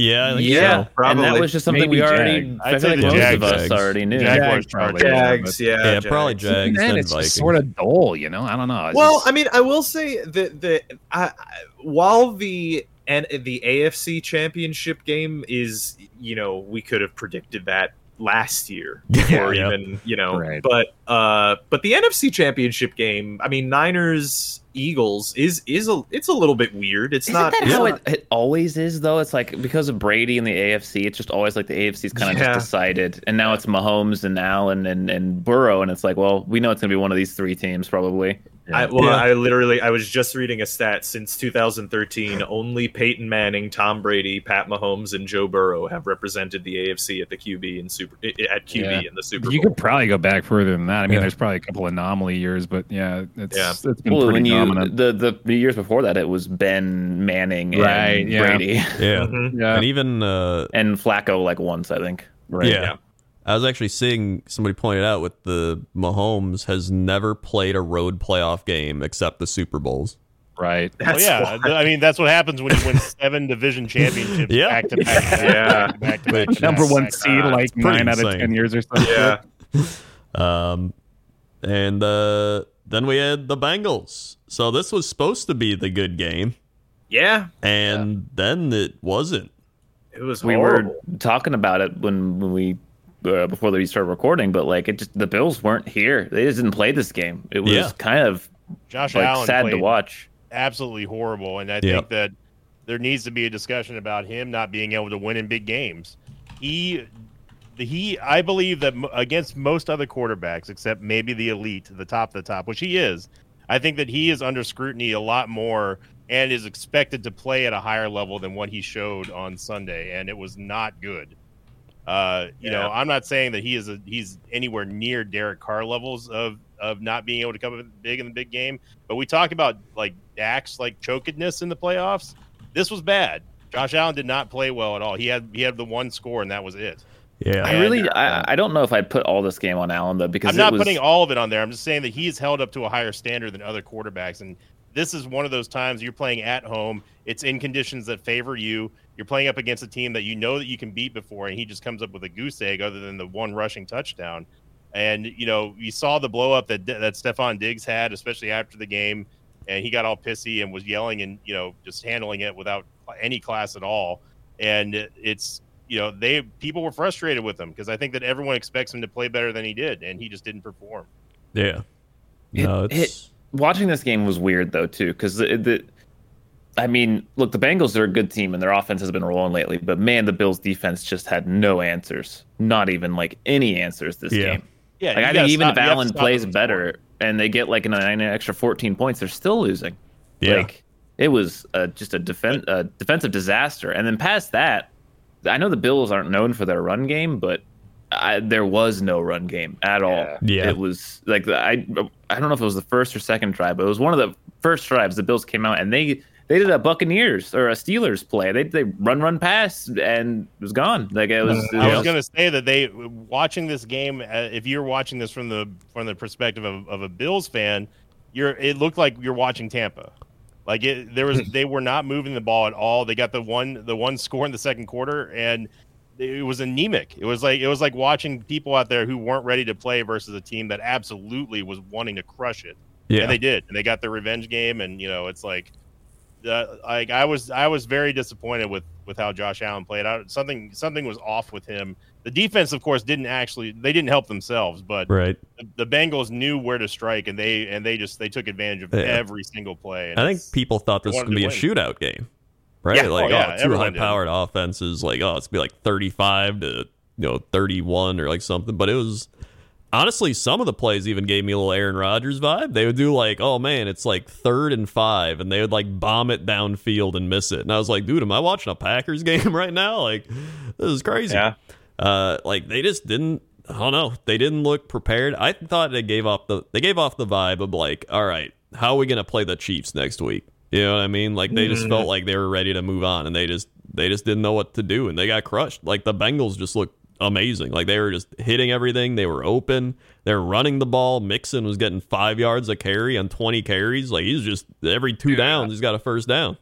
yeah, I think
yeah,
so.
probably.
and that was just something
Maybe
we already.
Jags.
I
I'd
feel
say
like
the
most
Jags.
of us
Jags.
already knew.
Jaguars,
Jags
probably.
probably.
Jags, yeah,
yeah, probably
Jags.
Even
Jags
then,
and
it's
Vikings.
just sort of dull, you know. I don't know. It's
Well,
just-
I mean, I will say that the I, I- while the and the AFC Championship game is, you know, we could have predicted that last year
Yeah.
or
Yeah.
even, you know,
Right.
but uh but the NFC Championship game, I mean, Niners Eagles is is a it's a little bit weird. It's
Isn't
not
that
it's
how
not-
it, it always is, though? It's like because of Brady and the AFC, it's just always like the AFC's kind of
Yeah.
just decided, and now it's Mahomes and Allen and and Burrow, and it's like, well, we know it's gonna be one of these three teams probably.
I, well,
Yeah.
I literally I was just reading a stat since 2013. Only Peyton Manning, Tom Brady, Pat Mahomes, and Joe Burrow have represented the AFC at the QB and super i- i- at QB in the Super Bowl.
you could probably go back further than that. I mean,
Yeah.
there's probably a couple anomaly years, but yeah, it's
Yeah.
it's been
Well, when
pretty
you
dominant.
the, the the years before that, it was Ben Manning and
Right, yeah.
Brady
yeah.
Mhm.
yeah, Oh,
And even uh,
and Flacco like once, I think.
right.
Yeah.
Yeah.
I was actually seeing somebody pointed out with the Mahomes has never played a road playoff game except the Super Bowls.
right.
Well,
That's
yeah.
why-
I mean, that's what happens when you win seven division championships
Yeah.
back to back.
Yeah.
back to back.
Which
Number
back to
one
back.
seed,
God,
like
it's pretty
nine out
insane.
of ten years or something.
Yeah.
Um, and uh, then we had the Bengals. So this was supposed to be the good game,
Yeah.
and then it wasn't.
It was
we
horrible.
were talking about it when, when we uh, before we started recording, but like it just the Bills weren't here. They just didn't play this game. It was
Yeah.
kind of
Josh
like
Allen
sad to
played
watch.
absolutely horrible, and I
Yep.
think that there needs to be a discussion about him not being able to win in big games. He, he, I believe that mo- against most other quarterbacks, except maybe the elite, the top of the top, which he is, I think that he is under scrutiny a lot more and is expected to play at a higher level than what he showed on Sunday, and it was not good. Uh, you know,
Yeah.
I'm not saying that he is a, he's anywhere near Derek Carr levels of of not being able to come up big in the big game, but we talk about like Dax like chokedness in the playoffs. This was bad. Josh Allen did not play well at all. He had he had the one score and that was it.
Yeah,
I
And,
really, I, I don't know if I'd put all this game on Allen though, because
I'm not
it was,
putting all of it on there. I'm just saying that he's held up to a higher standard than other quarterbacks. And this is one of those times you're playing at home. It's in conditions that favor you. You're playing up against a team that you know that you can beat before, and he just comes up with a goose egg other than the one rushing touchdown. And you know, you saw the blow up that that Stefan Diggs had, especially after the game, and he got all pissy and was yelling and you know just handling it without any class at all. And it's you know they people were frustrated with him because I think that everyone expects him to play better than he did, and he just didn't perform.
yeah.
It-
No,
it-
it's
watching this game was weird though too, because the, the, I mean, look, the Bengals are a good team and their offense has been rolling lately, but man, the Bills defense just had no answers, not even like any answers this
Yeah.
game.
Yeah,
Like, I think even if Allen plays better and they get like an, an extra 14 points, they're still losing.
Yeah.
Like it was uh, just a defen- uh, defensive disaster. And then past that, I know the Bills aren't known for their run game, but I, there was no run game at all.
Yeah.
It was like the- I I don't know if it was the first or second drive, but it was one of the first drives the Bills came out and they They did a Buccaneers or a Steelers play. They they run run pass and it was gone. Like it was.
I was going to say that they watching this game. Uh, if you're watching this from the from the perspective of, of a Bills fan, you're it looked like you're watching Tampa. Like it, there was they were not moving the ball at all. They got the one the one score in the second quarter, and it was anemic. It was like it was like watching people out there who weren't ready to play versus a team that absolutely was wanting to crush it.
Yeah.
And they did, and they got their revenge game, and you know it's like, uh, like I was I was very disappointed with with how Josh Allen played. out. something something was off with him. The defense, of course, didn't actually they didn't help themselves, but
Right.
the, the Bengals knew where to strike, and they and they just they took advantage of
Yeah.
every single play. And
I
it's-
think people thought this was
wanted
going to be a
to
shootout game, right?
Yeah.
Like,
Oh, yeah,
oh, two
everyone
high
did.
powered offenses, like, oh, it's going to be like 35 to, you know, 31 or like something. But it was, honestly, some of the plays even gave me a little Aaron Rodgers vibe. They would do like, oh, man, it's like third and five, and they would like bomb it downfield and miss it. And I was like, dude, am I watching a Packers game right now? Like, this is crazy.
Yeah.
Uh, like they just didn't. I don't know. They didn't look prepared. I thought they gave off the they gave off the vibe of like, all right, how are we gonna play the Chiefs next week? You know what I mean? Like they just felt like they were ready to move on, and they just they just didn't know what to do, and they got crushed. Like the Bengals just looked amazing. Like they were just hitting everything. They were open. they were running the ball. Mixon was getting five yards a carry on twenty carries. Like he's just every two downs, he's got a first down.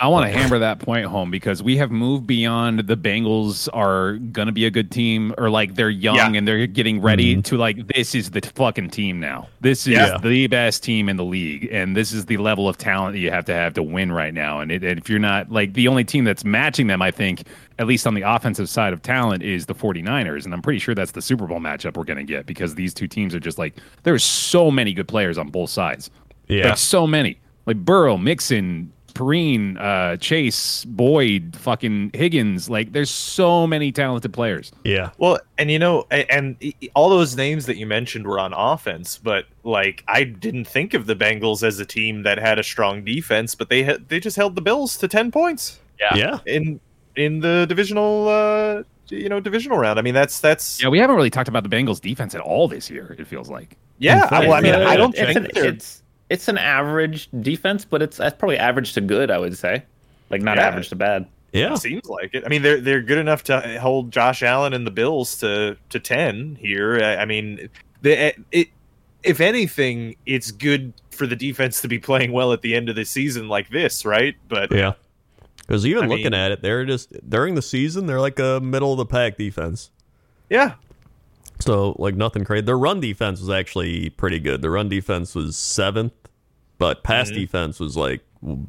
I want to hammer that point home because we have moved beyond the Bengals are gonna be a good team or like they're young
Yeah.
and they're getting ready to like this is the fucking team now. This is
Yeah.
the best team in the league and this is the level of talent that you have to have to win right now. And, it, and if you're not like the only team that's matching them, I think at least on the offensive side of talent is the 49ers and I'm pretty sure that's the Super Bowl matchup we're gonna get because these two teams are just like there's so many good players on both sides.
Yeah.
Like so many. Like Burrow, Mixon, Perrine, uh, Chase, Boyd, fucking Higgins. Like there's so many talented players.
Yeah.
Well, and you know, a- and, i- i- all those names that you mentioned were on offense, but like I didn't think of the Bengals as a team that had a strong defense, but they had they just held the Bills to ten points
Yeah.
in in the divisional uh, you know divisional round. I mean, that's that's
Yeah, we haven't really talked about the Bengals defense at all this year, it feels like.
yeah.
fact,
well, I mean,
uh,
I don't
it's
think
an,
they're-
it's it's an average defense, but it's that's probably average to good. I would say, like not
Yeah.
average to bad.
Yeah.
It seems like it. I mean, they're they're good enough to hold Josh Allen and the Bills to to ten here. I, I mean, the eh, it if anything, it's good for the defense to be playing well at the end of the season like this, right? But
Yeah. Because even
I
looking
mean-
at it, they're just during the season they're like a middle of the pack defense.
yeah,
So like nothing crazy. Their run defense was actually pretty good. Their run defense was seventh, but pass
Mm-hmm.
defense was like w-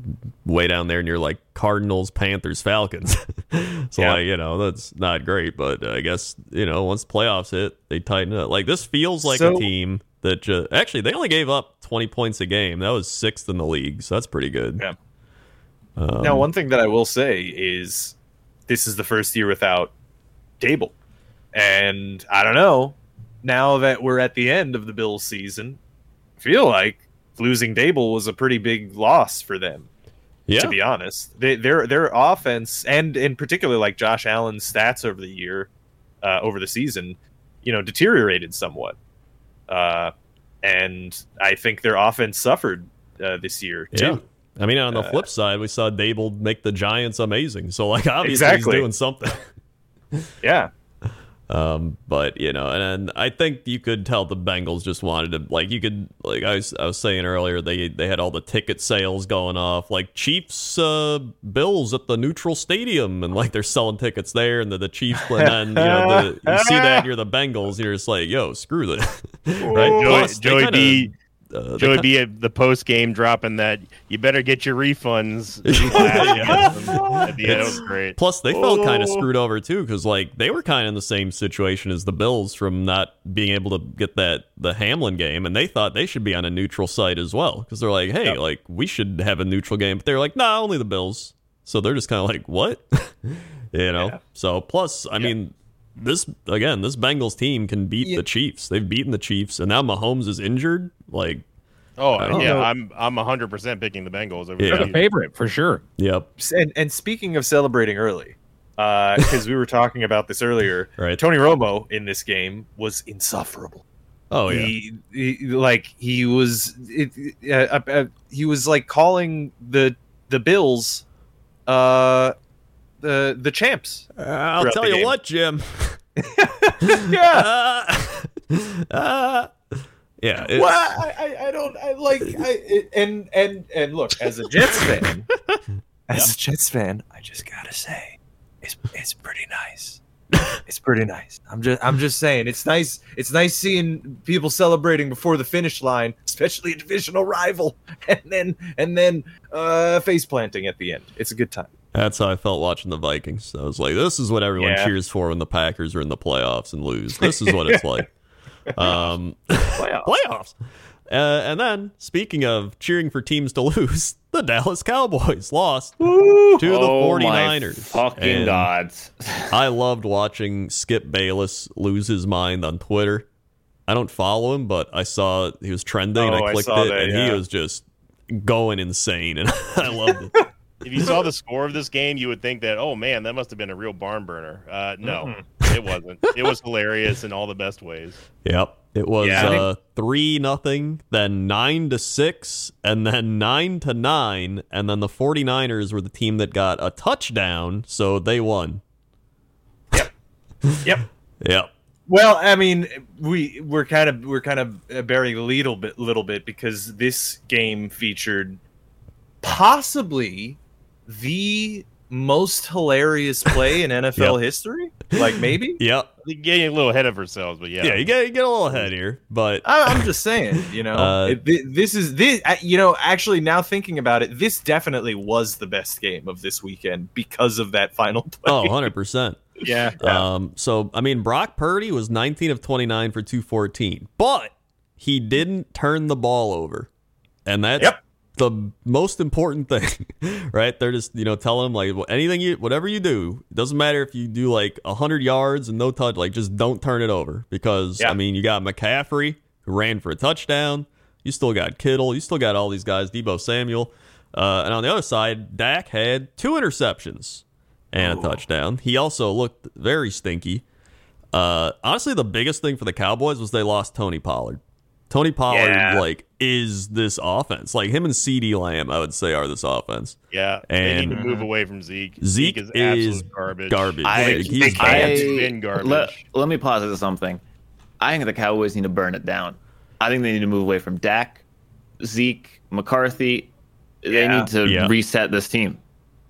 way down there near like Cardinals, Panthers, Falcons. so
Yeah.
like you know that's not great, but I guess you know once the playoffs hit, they tighten up. Like this feels like a
So-
team that ju- actually they only gave up twenty points a game. That was sixth in the league, so that's pretty good.
Yeah.
Um,
now one thing that I will say is this is the first year without Dable, and I don't know. Now that we're at the end of the Bills season, I feel like losing Dable was a pretty big loss for them.
yeah.
to be honest. They, their their offense and in particular like Josh Allen's stats over the year, uh, over the season, you know, deteriorated somewhat. Uh, and I think their offense suffered uh, this year too.
Yeah. I mean, on the
Uh,
flip side, we saw Dable make the Giants amazing. So, like, obviously
Exactly.
he's doing something.
Yeah.
Um, but you know, and, and I think you could tell the Bengals just wanted to like you could like I was I was saying earlier they they had all the ticket sales going off like Chiefs uh, Bills at the neutral stadium and like they're selling tickets there and the, the Chiefs and then you know the, you see that you're the Bengals and you're just like yo screw this right
Joey-
they
Joey
kinda,
B-
uh, they
Joey B at the post game dropping that you better get your refunds. At the end, it was great.
Plus, they felt kind of screwed over too, because like they were kind of in the same situation as the Bills from not being able to get that the Hamlin game, and they thought they should be on a neutral site as well, because they're like, hey, like we should have a neutral game, but they're like, nah, only the Bills. So they're just kind of like, what, you know? So plus, I mean, this again, this Bengals team can beat the Chiefs. They've beaten the Chiefs, and now Mahomes is injured. Like,
Oh
don't
yeah,
know.
I'm I'm 100 percent picking the Bengals over.
Yeah.
They're the favorite for sure.
yep,
And and speaking of celebrating early, because we were talking about this earlier,
Right.
Tony Romo in this game was insufferable.
oh yeah,
he, uh, he- like he was it, uh, uh, he was like calling the the Bills, uh, the the champs.
I'll
Throughout
tell
the
you
game.
what, Jim.
Yeah.
Uh, uh, yeah. it-
Well, I, I, I don't I like I it, and and and look as a Jets fan, as a Jets fan, I just gotta say, it's it's pretty nice. It's pretty nice. I'm just I'm just saying it's nice. It's nice seeing people celebrating before the finish line, especially a divisional rival, and then and then uh, face planting at the end. It's a good time.
That's how I felt watching the Vikings. I was like, this is what everyone
Yeah.
cheers for when the Packers are in the playoffs and lose. This is what it's like. Um,
Playoff.
playoffs. Uh, and then, speaking of cheering for teams to lose, the Dallas Cowboys lost to the
oh My
49ers.
fucking
And
god!
I loved watching Skip Bayless lose his mind on Twitter. I don't follow him, but I saw he was trending. and
Oh,
I
I
clicked
saw
it,
that,
and he
yeah.
was just going insane, and I loved it.
If you saw the score of this game, you would think that, oh man, that must have been a real barn burner. Uh, no,
Mm-hmm.
it wasn't. It was hilarious in all the best ways.
Yep. It was
Yeah, I think-
uh, three nothing, then nine to six, and then nine to nine, and then the 49ers were the team that got a touchdown, so they won.
Yep.
Yep.
Well, I mean, we we're kind of we're kind of burying the lead a little bit, little bit because this game featured possibly the most hilarious play in NFL history. Like maybe
Yep.
We're Getting a little ahead of ourselves, but yeah,
Yeah, you get you get a little ahead here, but
I, I'm just saying, you know,
Uh,
it- thi- this is this. I- You know, actually, now thinking about it, this definitely was the best game of this weekend because of that final play.
oh, 100%.
yeah,
Um, so I mean, Brock Purdy was 19 of 29 for 214, but he didn't turn the ball over, and that's
Yep.
the most important thing, right? They're just you know telling him like well, anything you whatever you do it doesn't matter if you do like 100 yards and no touch, like just don't turn it over because
Yeah.
I mean you got McCaffrey who ran for a touchdown, you still got Kittle, you still got all these guys, Debo Samuel. Uh, and on the other side, Dak had two interceptions and a touchdown. He also looked very stinky. Uh, honestly, the biggest thing for the Cowboys was they lost Tony Pollard. Tony Pollard,
Yeah.
like, is this offense. Like, him and CD Lamb, I would say, are this offense.
yeah. they
And-
need to move away from Zeke.
Zeke
is
is
absolute garbage.
Garbage.
I-
Like,
they
he's
can't-
bad.
it's been garbage.
Let, let me pause at something. I think the Cowboys need to burn it down. I think they need to move away from Dak, Zeke, McCarthy. They
Yeah.
need to
Yeah. Oh.
reset this team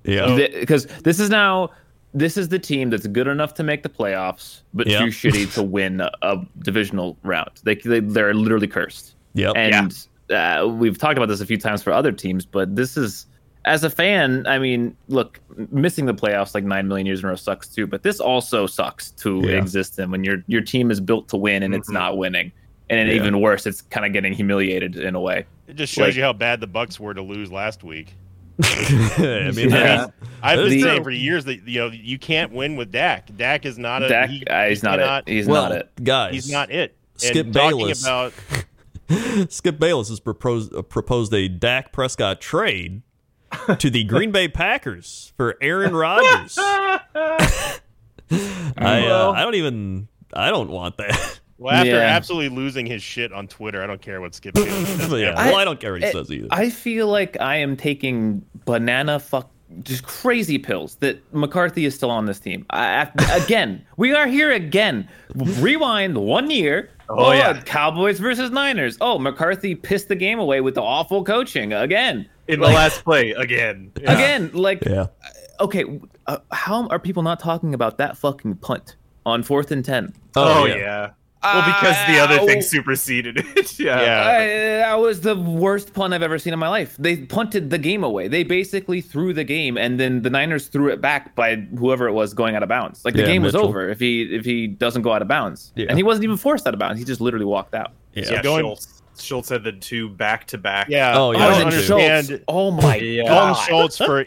Yeah.
because this is now this is the team that's good enough to make the playoffs, but
Yeah.
too shitty to win a, a divisional round. They, they they're literally cursed.
Yep.
And uh, we've talked about this a few times for other teams, but this is, as a fan, I mean, look, m- missing the playoffs like nine million years in a row sucks too. But this also sucks to
Yeah.
exist in when your your team is built to win and it's not winning, and then
Yeah.
even worse, it's kind of getting humiliated in a way.
it just shows
like-
you how bad the Bucks were to lose last week.
I mean,
Yeah.
that's-
I've
That
been
is
saying
true.
for years that you know you can't win with Dak. Dak is not a
Dak,
he-
uh, he's,
he
not
cannot-
it. He's
well,
not it.
guys.
He's not it.
Skip
and talking
Bayless.
about
Skip Bayless has proposed uh, proposed a Dak Prescott trade to the Green Bay Packers for Aaron Rodgers. I uh, I don't even I don't want that.
well after
Yeah.
absolutely losing his shit on Twitter. I don't care what Skip Bayless says.
But yeah,
ever.
well, I don't care what he
I-
says either.
I feel like I am taking banana fuck just crazy pills that McCarthy is still on this team. I, I- again, we are here again. Rewind one year.
Oh, yeah.
Cowboys versus Niners. Oh, McCarthy pissed the game away with the awful coaching again.
in the last play again. Yeah.
Again, like
yeah,
okay, uh, how are people not talking about that fucking punt on 4th and 10?
Oh, yeah. Well, because the other
Ow.
thing superseded it. yeah.
Yeah.
I, that was the worst punt I've ever seen in my life. They punted the game away. They basically threw the game, and then the Niners threw it back by whoever it was going out of bounds. Like the
Yeah,
game was
Mitchell.
over if he if he doesn't go out of bounds.
Yeah.
And he wasn't even forced out of bounds. He just literally walked out.
yeah.
So going-
Schultz, Schultz had the two back to back.
Yeah.
Oh, yeah,
I
Oh,
don't
and
Schultz.
understand.
Schultz. Oh my
Yeah.
Dalton
god!
Schultz for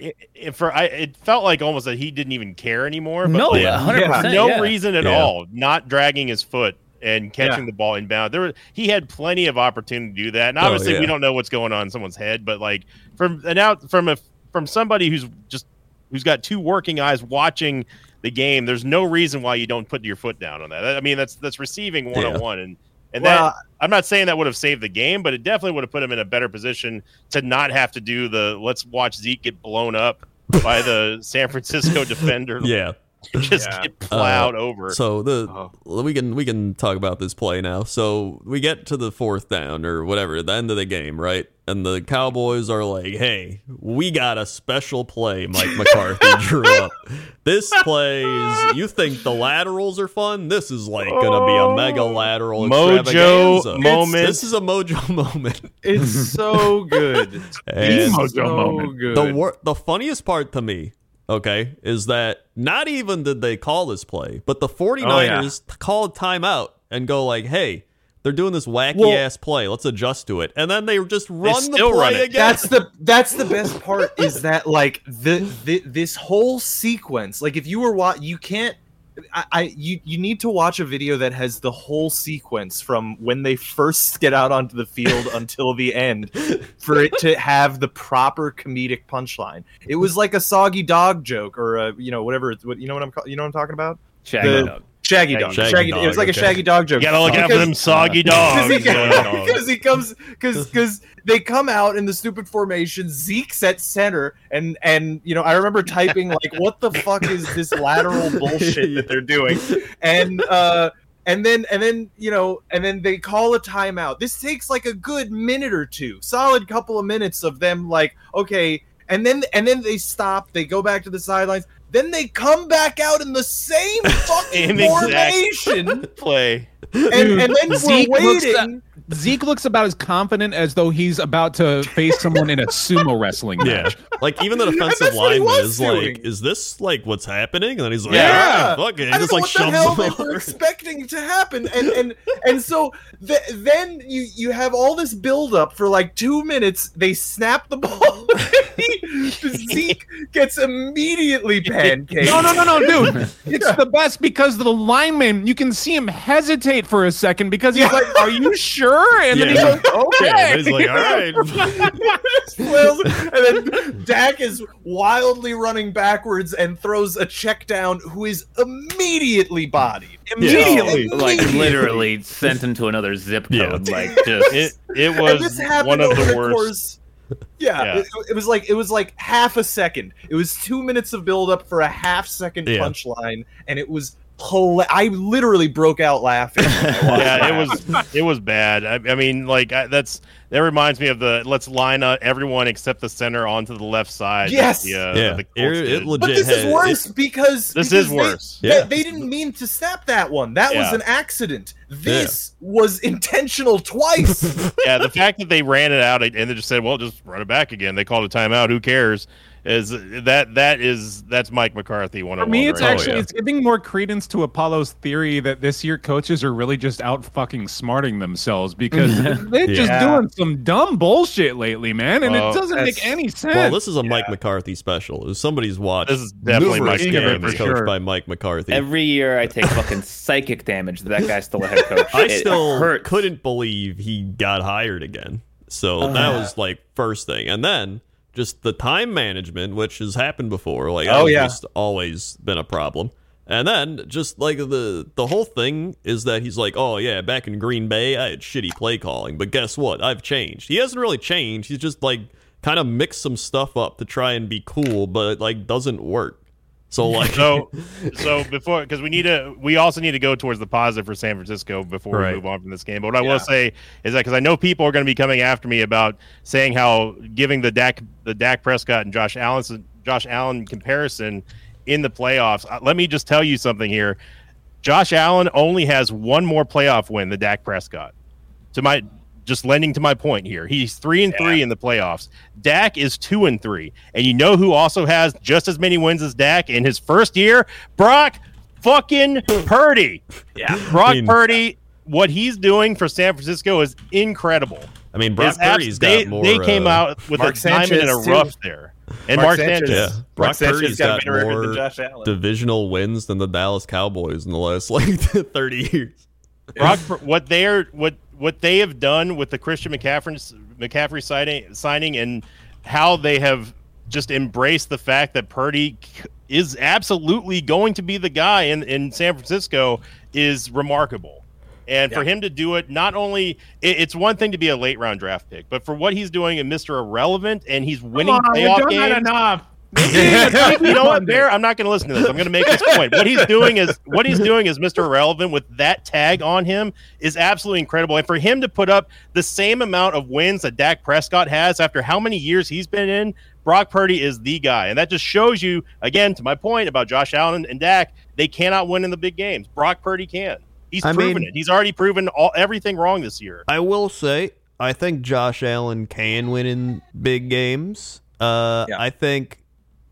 for I it felt like almost that he didn't even care anymore. But
No,
like,
Yeah.
hundred
for
percent.
no
yeah.
reason at
Yeah.
all, not dragging his foot and catching the ball inbound. There were, he had plenty of opportunity to do that. And
Oh,
obviously,
yeah.
we don't know what's going on in someone's head, but like from an out from a from somebody who's just who's got two working eyes watching the game, there's no reason why you don't put your foot down on that. I mean, that's that's receiving one on one and. And
Well-
that I'm not saying that would have saved the game, but it definitely would have put him in a better position to not have to do the let's watch Zeke get blown up by the San Francisco defender.
Yeah.
just
Yeah.
get
Uh,
plowed over.
So the
Oh.
we can we can talk about this play now. So we get to the fourth down or whatever, the end of the game, right? And the Cowboys are like, "Hey, we got a special play Mike McCarthy drew up. This play is you think the laterals are fun? This is like going to be a mega lateral
Mojo
extravaganza.
moment.
This is a mojo moment.
It's so good.
And-
mojo
so
moment.
good.
the wor- the funniest part to me okay is that not even did they call this play
Oh,
but the 49ers t- called timeout and go like hey they're doing this wacky
Well-
ass play let's adjust to it and then they just run the
still
play
run it.
again
that's the that's the best part is that like the, the this whole sequence like if you were what you can't I, I you you need to watch a video that has the whole sequence from when they first get out onto the field until the end for it to have the proper comedic punchline. It was like a soggy dog joke or a, you know whatever it's- what you know what I'm ca- you know what I'm talking about
Shaggy
The-
dog.
shaggy dog
Shaggy
shaggy,
dog,
it was like
okay.
a shaggy dog joke.
you gotta look out for
Because-
them soggy dogs.
because he,
yeah.
because he comes because because they come out in the stupid formation. Zeke's at center, and and you know I remember typing like, "What the fuck is this lateral bullshit that they're doing?" And uh, and then and then you know and then they call a timeout. This takes like a good minute or two, solid couple of minutes of them like, okay, and then and then they stop. They go back to the sidelines. Then they come back out in the same fucking
Same exact-
formation,
play.
and, and then
Zeke
we're
looks
waiting.
that- Zeke looks about as confident as though he's about to face someone in a sumo wrestling
yeah
match.
like even the
And that's
defensive
what he
lineman
was
is like
doing.
is this like what's happening and then he's like
Yeah.
yeah fuck it
I
and
don't
just
know what the
like
hell
shoves
they
him
were
over.
expecting to happen, and and and so th- then you you have all this build up for like two minutes. They snap the ball. Zeke gets immediately pancaked.
No, no, no, no, dude. It's the best because the lineman, you can see him hesitate for a second because he's like, Are you sure? And then he
Yeah.
goes, Okay.
yeah, and he's like all right
Flails, and then Dak is wildly running backwards and throws a check down, who is immediately bodied.
Immediately.
Like
Immediately.
literally sent him to another zip
Yeah.
code. Like just
It it
And
was one of
over
the worst.
course- Yeah,
Yeah.
It, it was like it was like half a second. It was two minutes of build up for a half second
Yeah.
punchline, and it was hila- I literally broke out laughing.
yeah, it was it was bad. I, I mean, like I, that's that reminds me of the let's line up everyone except the center onto the left side. that
Yes.
the, uh,
yeah
that the
it,
Colts
it
did.
legit
but this
had,
is worse because
This
because
is
they-
worse.
They,
Yeah.
they didn't mean to snap that one. That was
Yeah.
an accident. This was intentional twice.
yeah, the fact that they ran it out and they just said, "Well, just run it back again." They called a timeout. Who cares? Is that that is that's Mike McCarthy one
For
on
me, it's
right there.
Oh,
actually it's giving more credence to Apollo's theory that this year coaches are really just out fucking smarting themselves because they're just
Yeah.
doing some dumb bullshit lately, man, and
Well,
it doesn't make
that's-
any sense.
Well, this is a Mike McCarthy special. It was somebody's watch.
This is definitely
numerous
Mike
games
McCarthy.
coached
Sure.
by Mike McCarthy.
every year I take fucking psychic damage that that guy's still a head coach.
I
It
still
hurts.
couldn't believe he got hired again. So
Uh-huh.
Ugh.
that was like first thing, and then just the time management, which has happened before. Like,
Oh,
that's
yeah.
just always been a problem. And then just like the the whole thing is that he's like, oh yeah, back in Green Bay, I had shitty play calling, but guess what? I've changed. He hasn't really changed. He's just like kind of mixed some stuff up to try and be cool, but it, like doesn't work. So like,
so so before because we need to we also need to go towards the positive for San Francisco before
Right.
we move on from this game. But what I
Yeah.
will say is that because I know people are going to be coming after me about saying how giving the Dak the Dak Prescott and Josh Allen Josh Allen comparison in the playoffs. Uh, Let me just tell you something here. Josh Allen only has one more playoff win than Dak Prescott. To my just lending to my point here, he's three and three in the playoffs. Dak is two and three, and you know who also has just as many wins as Dak in his first year? Brock fucking Purdy.
Yeah.
Brock
I mean-
Purdy. What he's doing for San Francisco is incredible.
I mean, Brock
His abs-
Purdy's got
they,
more.
they came
uh,
out with
Mark
a diamond and a
Sanchez, too.
rough there, and Mark, Sanchez.
Yeah. Brock Purdy's got
better record
more
than Josh Allen.
divisional wins than the Dallas Cowboys in the last like 30 years.
Brock, what they're what what they have done with the Christian McCaffrey McCaffrey signing signing and how they have just embraced the fact that Purdy c- is absolutely going to be the guy in in San Francisco is remarkable. And for him to do it, not only it, it's one thing to be a late round draft pick, but for what he's doing and Mr. Irrelevant, and he's winning
Come on, we've
playoff
done that
games.
enough.
you know what, Bear? I'm not going to listen to this. I'm going to make this point. What he's doing is what he's doing is Mr. Irrelevant with that tag on him is absolutely incredible. And for him to put up the same amount of wins that Dak Prescott has after how many years he's been in, Brock Purdy is the guy. And that just shows you again to my point about Josh Allen and Dak, they cannot win in the big games. Brock Purdy can. He's
I
proven
mean-
it. He's already proven all everything wrong this year.
I will say, I think Josh Allen can win in big games. Uh,
Yeah.
I think,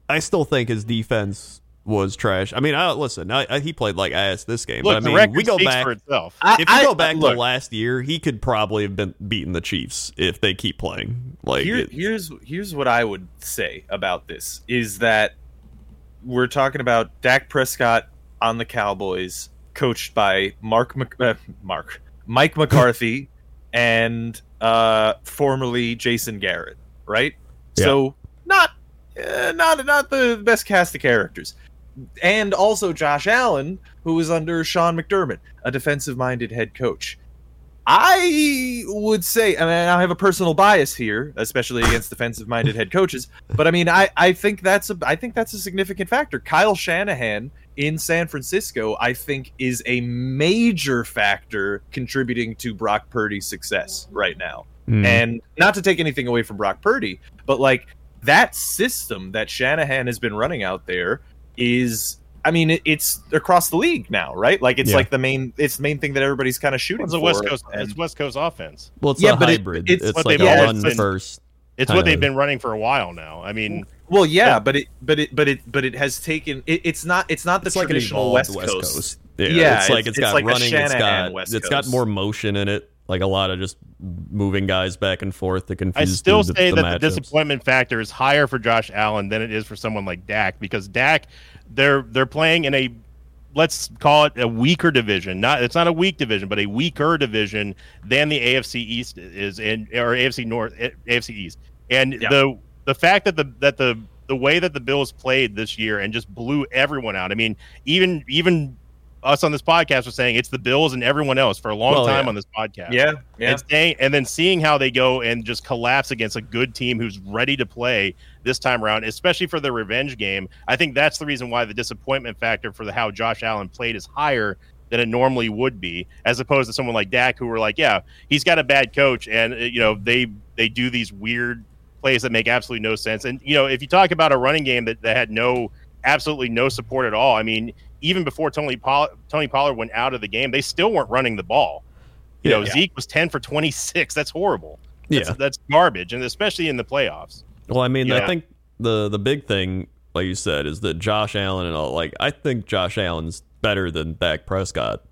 I still think his defense was trash. I mean, I listen, I, I, he played like ass this game.
Look,
but I mean,
the record
we go
speaks
back.
for itself.
if you go back
look,
to last year, he could probably have been beaten the Chiefs if they keep playing. Like,
Here,
it-
here's here's what I would say about this is that we're talking about Dak Prescott on the Cowboys, coached by Mark Mc, uh, Mark Mike McCarthy and uh, formerly Jason Garrett, right?
Yeah.
So not uh, not not the best cast of characters, and also Josh Allen, who was under Sean McDermott, a defensive-minded head coach. I would say, I mean, I have a personal bias here, especially against defensive-minded head coaches. But I mean, I, I think that's a I think that's a significant factor. Kyle Shanahan in San Francisco, I think, is a major factor contributing to Brock Purdy's success right now.
Mm-hmm.
And not to take anything away from Brock Purdy, but like that system that Shanahan has been running out there is. I mean, it, it's across the league now, right? Like it's
Yeah.
like the main, it's the main thing that everybody's kind of shooting
It's a
for.
West Coast.
and-
It's West Coast offense.
well, it's
yeah,
a
but it-
hybrid.
it's
it's
what
like
they've
a
always
run
been.
first.
It's
Kind
what they've
of.
been running for a while now. I mean,
Well, yeah,
Yeah.
but it, but it, but it, but it has taken. It, it's not. It's not the
it's like an
traditional
evolved
West, Coast.
Yeah,
Yeah,
it's like
it's-
it's
it's
got
like a
running. It's
Shanahan
got
West
it's got
Coast.
more motion in it. Like a lot of just moving guys back and forth to confuse.
I still
the,
say
the
that the
matchups.
disappointment factor is higher for Josh Allen than it is for someone like Dak because Dak, they're they're playing in a let's call it a weaker division. Not it's not a weak division, but a weaker division than the AFC East is in or AFC North, eh, AFC East. And
Yeah.
the the fact that the that the the way that the Bills played this year and just blew everyone out. I mean, even even us on this podcast were saying it's the Bills and everyone else for a long
Well,
time
yeah.
on this podcast
Yeah, yeah.
and saying, and then seeing how they go and just collapse against a good team who's ready to play this time around, especially for the revenge game. I think that's the reason why the disappointment factor for the, how Josh Allen played is higher than it normally would be, as opposed to someone like Dak, who were like, yeah, he's got a bad coach, and uh, you know they they do these weird plays that make absolutely no sense. And you know if you talk about a running game that, that had no absolutely no support at all, I mean. Even before Tony Pollard, Tony Pollard went out of the game, they still weren't running the ball. You know,
Yeah.
Zeke was 10 for 26. That's horrible.
Yeah.
That's, that's garbage, and especially in the playoffs.
Well, I mean,
Yeah.
I think the the big thing, like you said, is that Josh Allen and all. Like, I think Josh Allen's better than Dak Prescott,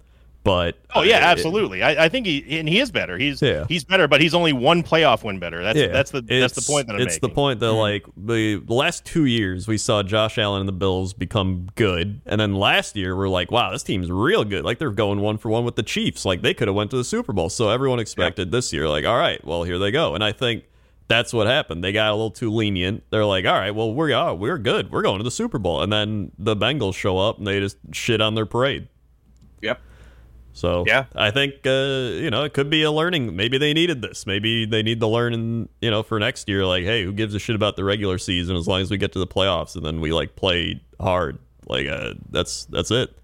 but
Oh yeah,
I-
absolutely. I, I think he and he is better. He's
Yeah.
he's better, but he's only one playoff win better. That's
yeah,
that's the that's the
It's-
point that I'm
it's
making.
the point that like the the last two years we saw Josh Allen and the Bills become good, and then last year we're like, wow, this team's real good. Like they're going one for one with the Chiefs. Like they could have went to the Super Bowl. So everyone expected this year, like, all right, well here they go. And I think that's what happened. They got a little too lenient. They're like, all right, well we are we're good. We're going to the Super Bowl, and then the Bengals show up and they just shit on their parade.
Yep.
So
Yeah.
I think uh, you know it could be a learning. Maybe they needed this. Maybe they need to learn, in, you know, for next year. Like, hey, who gives a shit about the regular season as long as we get to the playoffs and then we like play hard. Like uh, that's that's it.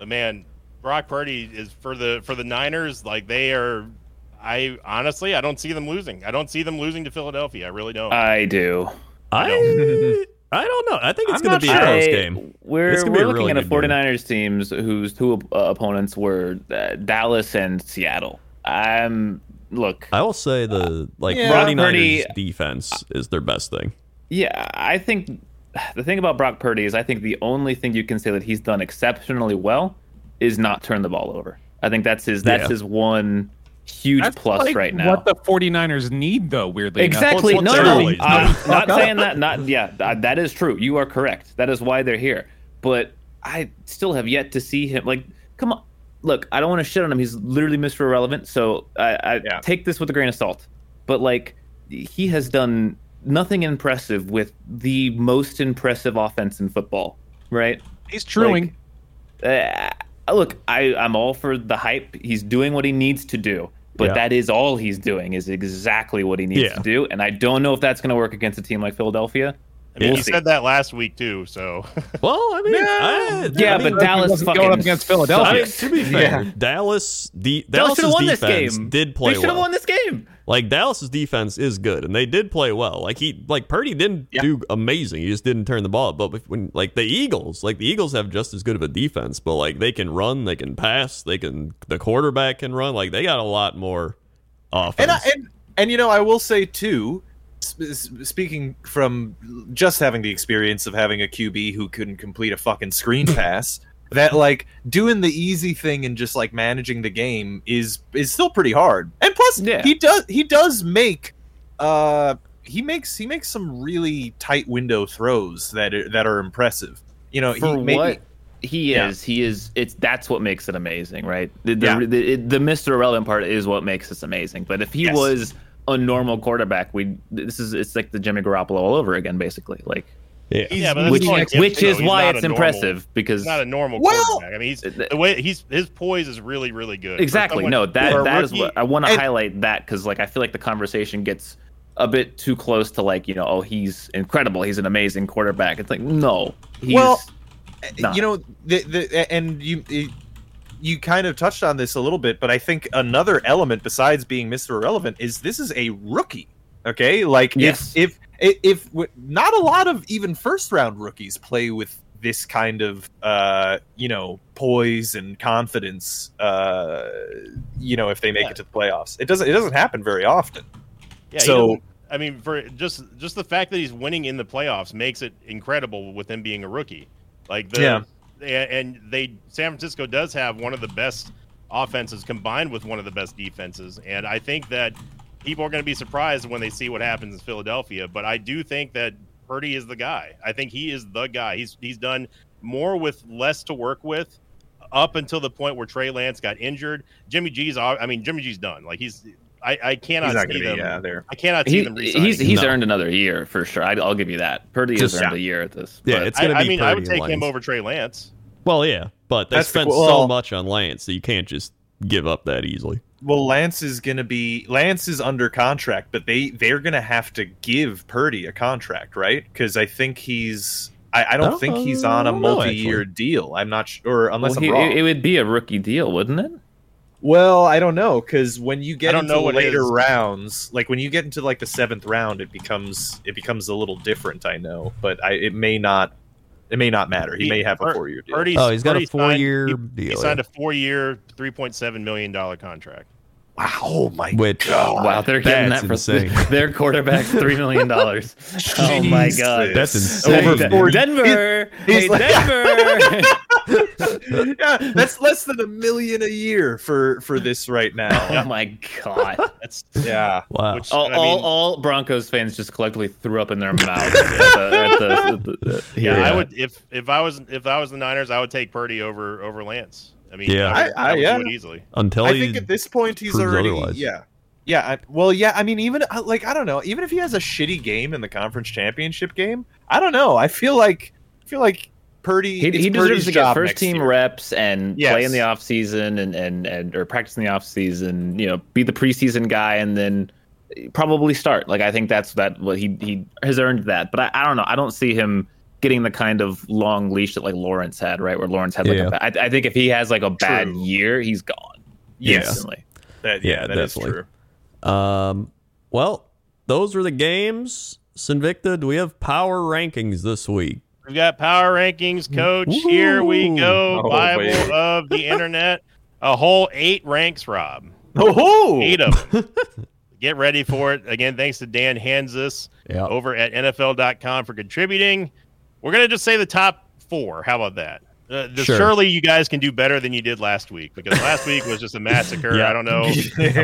But man, Brock Purdy is for the for the Niners. Like they are. I honestly, I don't see them losing. I don't see them losing to Philadelphia. I really don't.
I do.
I I don't know. I think it's
I'm
gonna
not
be
sure.
a close
I-
game.
We're,
It's gonna be
we're
a
looking
really
at a
good game.
49ers teams whose two uh, opponents were uh, Dallas and Seattle. I'm look.
I will say the like
Yeah.
Ronnie
Brock Purdy-
Niners defense is their best thing.
Yeah, I think the thing about Brock Purdy is I think the only thing you can say that he's done exceptionally well is not turn the ball over. I think that's his that's
Yeah.
his one huge
That's
plus
like
right now.
What the 49ers need, though, weirdly enough.
Exactly.
Well, it's
No,
what
no,
they're
no.
always
I'm
doing.
not saying that. Not yeah. th- That is true. You are correct. That is why they're here. But I still have yet to see him. Like, come on. Look, I don't want to shit on him. He's literally Mr. Irrelevant. So I, I
Yeah.
take this with a grain of salt. But like, he has done nothing impressive with the most impressive offense in football. Right.
He's truing.
Like, uh, look, I, I'm all for the hype. He's doing what he needs to do, but
Yeah.
that is all he's doing is exactly what he needs
Yeah.
to do. And I don't know if that's going to work against a team like Philadelphia.
I mean,
We'll
he
see.
said that last week too. So
Well, I mean, I-
Yeah,
I mean,
but Dallas
Going
fucking
up against Philadelphia.
I mean, to be fair, Dallas the
Dallas
Dallas's
should have won this
defense
game.
did play
They should have
well.
won this game.
Like Dallas's defense is good, and they did play well. Like he, like Purdy didn't do amazing. He just didn't turn the ball. up. But if- when like the Eagles, like the Eagles have just as good of a defense, but like they can run, they can pass, they can. The quarterback can run. Like they got a lot more offense.
And, I, and and you know, I will say too. sp- s- Speaking from just having the experience of having a QB who couldn't complete a fucking screen pass, that like doing the easy thing and just like managing the game is is still pretty hard. And plus,
Yeah.
he does he does make uh he makes he makes some really tight window throws that are, that are impressive. You know,
for
he maybe,
what he
Yeah.
is, he is. It's that's what makes it amazing, right? The the,
Yeah.
the, it- the Mr. Irrelevant part is what makes this amazing. But if he
Yes.
was a normal quarterback, we this is it's like the Jimmy Garoppolo all over again, basically. Like
yeah.
yeah, but that's
which
all it
which
though.
is
He's
why
not
it's
a normal-
impressive because
He's not a normal
Well-
quarterback. I mean, he's the way he's his poise is really really good. For
exactly
someone-
no
for
that
a
that is
rookie-
what I want to
and-
highlight that because like I feel like the conversation gets a bit too close to like you know oh he's incredible he's an amazing quarterback it's like no he's
Well,
not.
you know the, the and you it- you kind of touched on this a little bit but i think another element besides being mr irrelevant is this is a rookie okay like
Yes.
if if if, if not a lot of even first round rookies play with this kind of uh you know poise and confidence uh you know if they make
Yeah.
it to the playoffs it doesn't it doesn't happen very often
Yeah, he
So-
doesn't- I mean, for just just the fact that he's winning in the playoffs makes it incredible with him being a rookie. Like the
Yeah.
a- and they San Francisco does have one of the best offenses combined with one of the best defenses, and I think that people are going to be surprised when they see what happens in Philadelphia. But I do think that Purdy is the guy. I think he is the guy. He's he's done more with less to work with up until the point where Trey Lance got injured. Jimmy G's I mean Jimmy G's done. Like he's I, I cannot
he's not
see
gonna be
them.
yeah there
I cannot see
he,
them resigning.
he's he's
No.
earned another year for sure I, I'll give you that Purdy
Just-
has earned a year at this
Yeah,
but-
it's
I,
gonna be.
I mean, I would
Purdy and
take him
Lance.
over Trey Lance.
Well, yeah, but they
That's the-
spent so
well-
much on Lance that you can't just give up that easily.
Well, Lance is going to be Lance is under contract, but they they're going to have to give Purdy a contract, right? Because I think he's I, I don't
Oh,
think he's on
I
a
don't know,
multi-year deal. I'm not sure unless
Well,
I'm
he-
wrong.
It, it would be a rookie deal, wouldn't it?
well, I don't know because when you
I
get
don't
into
know
the
what
later
his-
rounds, like when you get into like the seventh round, it becomes it becomes a little different. I know, but I it may not it may not matter. He,
He-
may have
Pur-
a four-year deal.
Purdy,
Oh, he's got a
Purdy signed-
four-year
he- He
deal,
signed
yeah.
a four-year, three point seven million dollar contract.
Wow, Oh my
Which
Wow, they're getting
That's
that for
insane.
their quarterback's three million dollars. oh my god,
that's
Hey,
insane.
Over
dude.
four-
De- Denver,
he's
hey
like-
Denver.
yeah, that's less than a million a year for for this right
oh
now.
my god!
That's
yeah.
Wow.
which
All,
I mean,
all, all Broncos fans just collectively threw up in their mouths. at the- at the- at the-
yeah,
yeah.
I would if if I was if I was the Niners, I would take Purdy over over Lance. I mean,
Yeah.
I, would-
I- I-
I would
yeah.
do it easily.
Until
I
he-
think at this point he's
proves
already
otherwise.
yeah. Yeah, I, well, yeah. I mean, even uh, like I don't know. Even if he has a shitty game in the conference championship game, I don't know. I feel like I feel like Purdy.
He,
it's
he
Purdy's
deserves to get
job
first
next
team
year.
reps and
Yes.
play in the offseason and, and, and or practice in the offseason, you know, be the preseason guy and then probably start. Like I think that's that what he he has earned that. But I, I don't know. I don't see him getting the kind of long leash that like Lawrence had, right? Where Lawrence had like
Yeah.
a bad, I, I think if he has like a bad
True.
year, he's gone.
Yes,
instantly.
That-
Yeah,
yeah, that is
definitely.
true.
Um, well, those were the games. Sinvicta, do we have power rankings this week?
We've got power rankings, coach. Here we go,
Ooh. Oh,
Bible
baby.
of the internet. A whole eight ranks, Rob.
Oh,
Eight of them. Get ready for it. Again, thanks to Dan Hansis.
Yeah.
over at NFL.com for contributing. We're going to just say the top four. How about that? Uh, the-
Sure.
Surely you guys can do better than you did last week because last week was just a massacre. I don't know.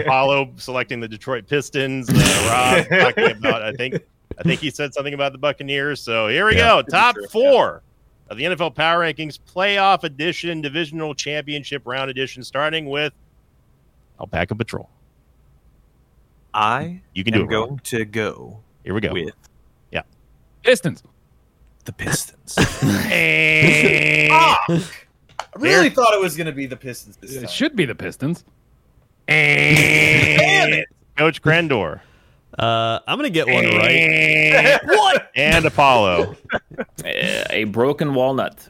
Apollo selecting the Detroit Pistons. Uh, Rob talking about, I think, I think he said something about the Buccaneers. So here we
Yeah.
go. Top
true, yeah.
four of the NFL Power Rankings Playoff Edition, Divisional Championship Round Edition, starting with Alpaca Patrol.
I
You can do
am
it. Rob.
going to go
Here we go.
with
Pistons.
the Pistons.
Eh. Derek-
really thought it was going to be the Pistons this time.
It should be the Pistons.
Damn it!
Coach Grandor
Uh, I'm gonna get one right.
what?
and Apollo.
Eh, A broken walnut.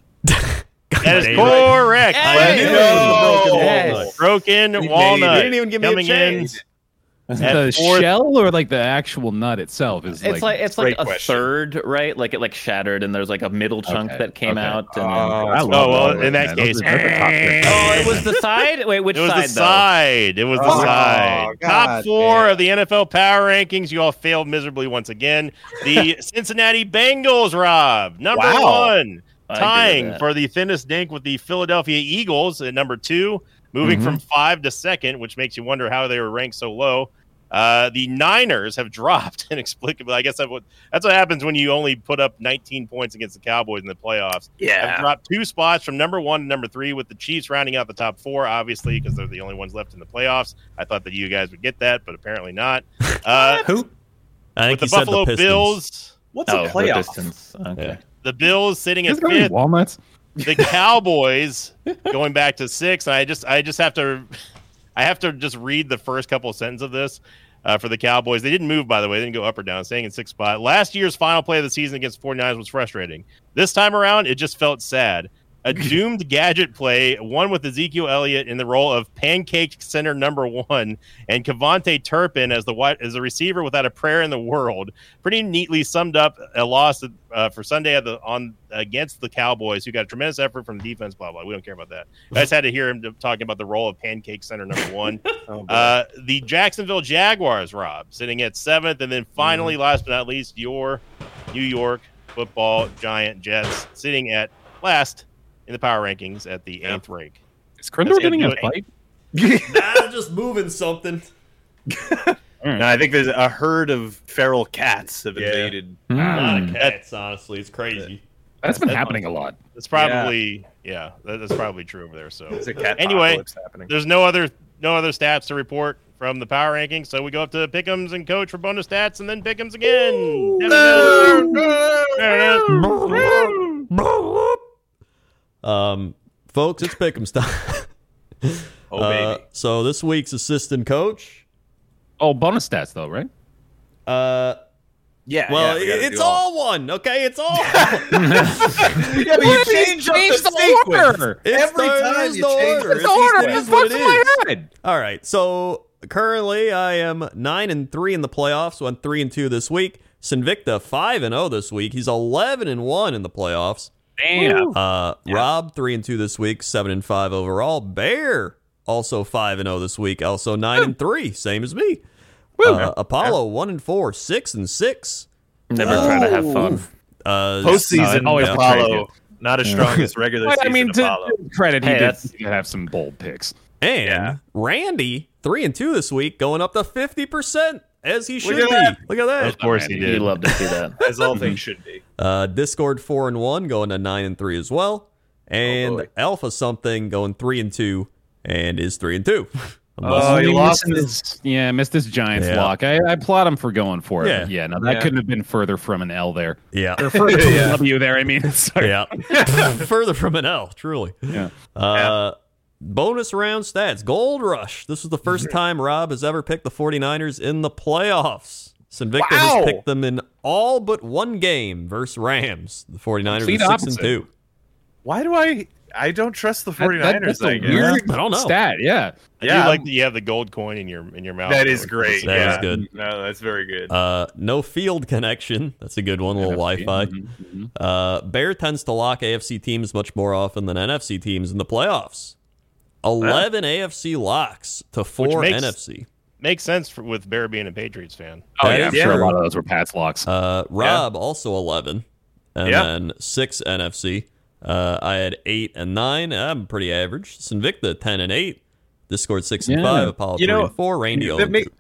That is
Damn.
correct.
Hey,
knew it
no.
was a broken walnut.
Yes.
Broken
You
walnut.
didn't even give me a
coming in.
chance.
At
the
fourth-
shell or like the actual nut itself is
It's like, it's like
great
a
question.
third, right? Like it like shattered, and there's like a middle chunk
Okay,
that came
okay. Uh,
out. And
Oh,
love
Oh, well,
that
in
word,
that
man. Those
case-
are- that's a top tier.
oh, it was the side. Wait, which
It was
side
the
though?
side. It was the
Oh,
side. Top
God
four
damn.
of the NFL power rankings. You all failed miserably once again. The Cincinnati Bengals, Rob, number
Wow.
one,
I agree with
tying
that.
for the thinnest dink with the Philadelphia Eagles at number two, moving
Mhm.
from
Mm-hmm.
five to second, which makes you wonder how they were ranked so low. Uh, the Niners have dropped inexplicably. I guess that's what, that's what happens when you only put up 19 points against the Cowboys in the playoffs. I've
Yeah.
dropped two spots from number one to number three, with the Chiefs rounding out the top four, obviously, because they're the only ones left in the playoffs. I thought that you guys would get that, but apparently not. Uh,
Who?
I
with
think
the
you said
Buffalo
the Pistons.
Bills,
What's
Oh,
a
the
playoff?
distance. Okay.
the Bills sitting at
Is there any
fifth,
walnuts?
the Cowboys going back to six. And I just, I just have to, I have to just read the first couple of sentences of this. Uh, for the Cowboys, they didn't move, by the way. They didn't go up or down, staying in sixth spot. Last year's final play of the season against the 49ers was frustrating. This time around, it just felt sad. A doomed gadget play, one with Ezekiel Elliott in the role of pancake center number one, and Cavante Turpin as the wide, as a receiver without a prayer in the world. Pretty neatly summed up a loss uh, for Sunday at the, on against the Cowboys, who got a tremendous effort from the defense. Blah blah. We don't care about that. I just had to hear him talking about the role of pancake center number one.
Oh, boy.
Uh, the Jacksonville Jaguars, Rob, sitting at seventh, and then finally, last but not least, your New York Football Giant Jets sitting at last in the power rankings at the eighth rank.
Is Crindor
That's
getting
gonna
a
do it.
fight?
Nah, just moving something.
No, I think there's a herd of feral cats have
Yeah.
invaded.
A lot of
Hmm.
cats, honestly, it's crazy.
That's been
That's
happening a lot.
That's probably yeah, that, that's probably true over there. So
There's a cat
Anyway.
apocalypse happening.
there's no other no other stats to report from the power rankings. So we go up to Pickums and Coach for bonus stats, and then Pickums again. There it is.
Um, folks, it's Pick'em's time.
Oh
Uh,
baby.
so this week's assistant coach.
Oh, bonus stats though, right?
Uh,
Yeah.
well,
yeah, we gotta
it's
do
all one. Okay, it's all.
Yeah, but you change up the, sequence.
It's
Every
the-
time
it's
you
the
change
order.
the
It's-
order.
It is what it is. All right. So currently, I am nine and three in the playoffs. Went three and two this week. Sinvicta five and zero this week. He's eleven and one in the playoffs.
Damn.
Uh, Rob three and two this week. Seven and five overall. Bear also five and zero this week. Also nine and three. Same as me. Uh, Apollo one and four. Six and six.
Never try to have fun.
Uh,
Postseason
No, it always
Apollo,
frustrates
not as strong as regular
But,
season
I mean, to
Apollo.
to his credit, he
Hey,
did-
that's-
he did have some bold picks.
And
Yeah.
Randy, three and two this week, going up to fifty percent as he should
at
be.
that.
Look at that.
Of course he
You
did.
love to see that.
as all things should be.
Uh, Discord four and one, going to nine and three as well. And
Oh, boy.
Alpha something going three and two, and is three and two. Unless-
Oh,
Maybe
you lost
missing
his-
this. Yeah, missed this Giants
Yeah.
lock. I, I applaud him for going for it.
Yeah.
but Yeah, no, that
Yeah.
couldn't have been further from an L there.
yeah,
W there, I mean. Sorry.
yeah. Further from an L, truly.
Yeah.
Uh, bonus round stats: Gold Rush. This was the first time Rob has ever picked the 49ers in the playoffs. Sinvicta
Wow.
has picked them in all but one game versus Rams. The 49ers
Complete
are six
opposite.
and two.
Why do I? I don't trust the
That-
49ers.
that- that's
I
a
guess.
weird
I don't know.
stat, yeah.
I
Yeah.
do like that you have the gold coin in your in your mouth.
That is great.
That
yeah.
is good.
No, that's very good.
Uh, no field connection. That's a good one. A little Wi Fi.
Mhm, mhm.
Uh, Bear tends to lock AFC teams much more often than NFC teams in the playoffs. 11 AFC locks to 4
makes-
NFC.
Makes sense for, with Bear being a Patriots fan.
Oh,
That
yeah,
is
I'm sure
true.
a lot of those were Pat's locks.
Uh, Rob also 11. And
Yeah.
then 6 NFC. Uh, I had 8 and 9. I'm pretty average. Sinvicta 10 and 8. Discord 6 and
Yeah.
5. Apollo
You
3
know,
and 4. Randy 0
That
and
make-
2.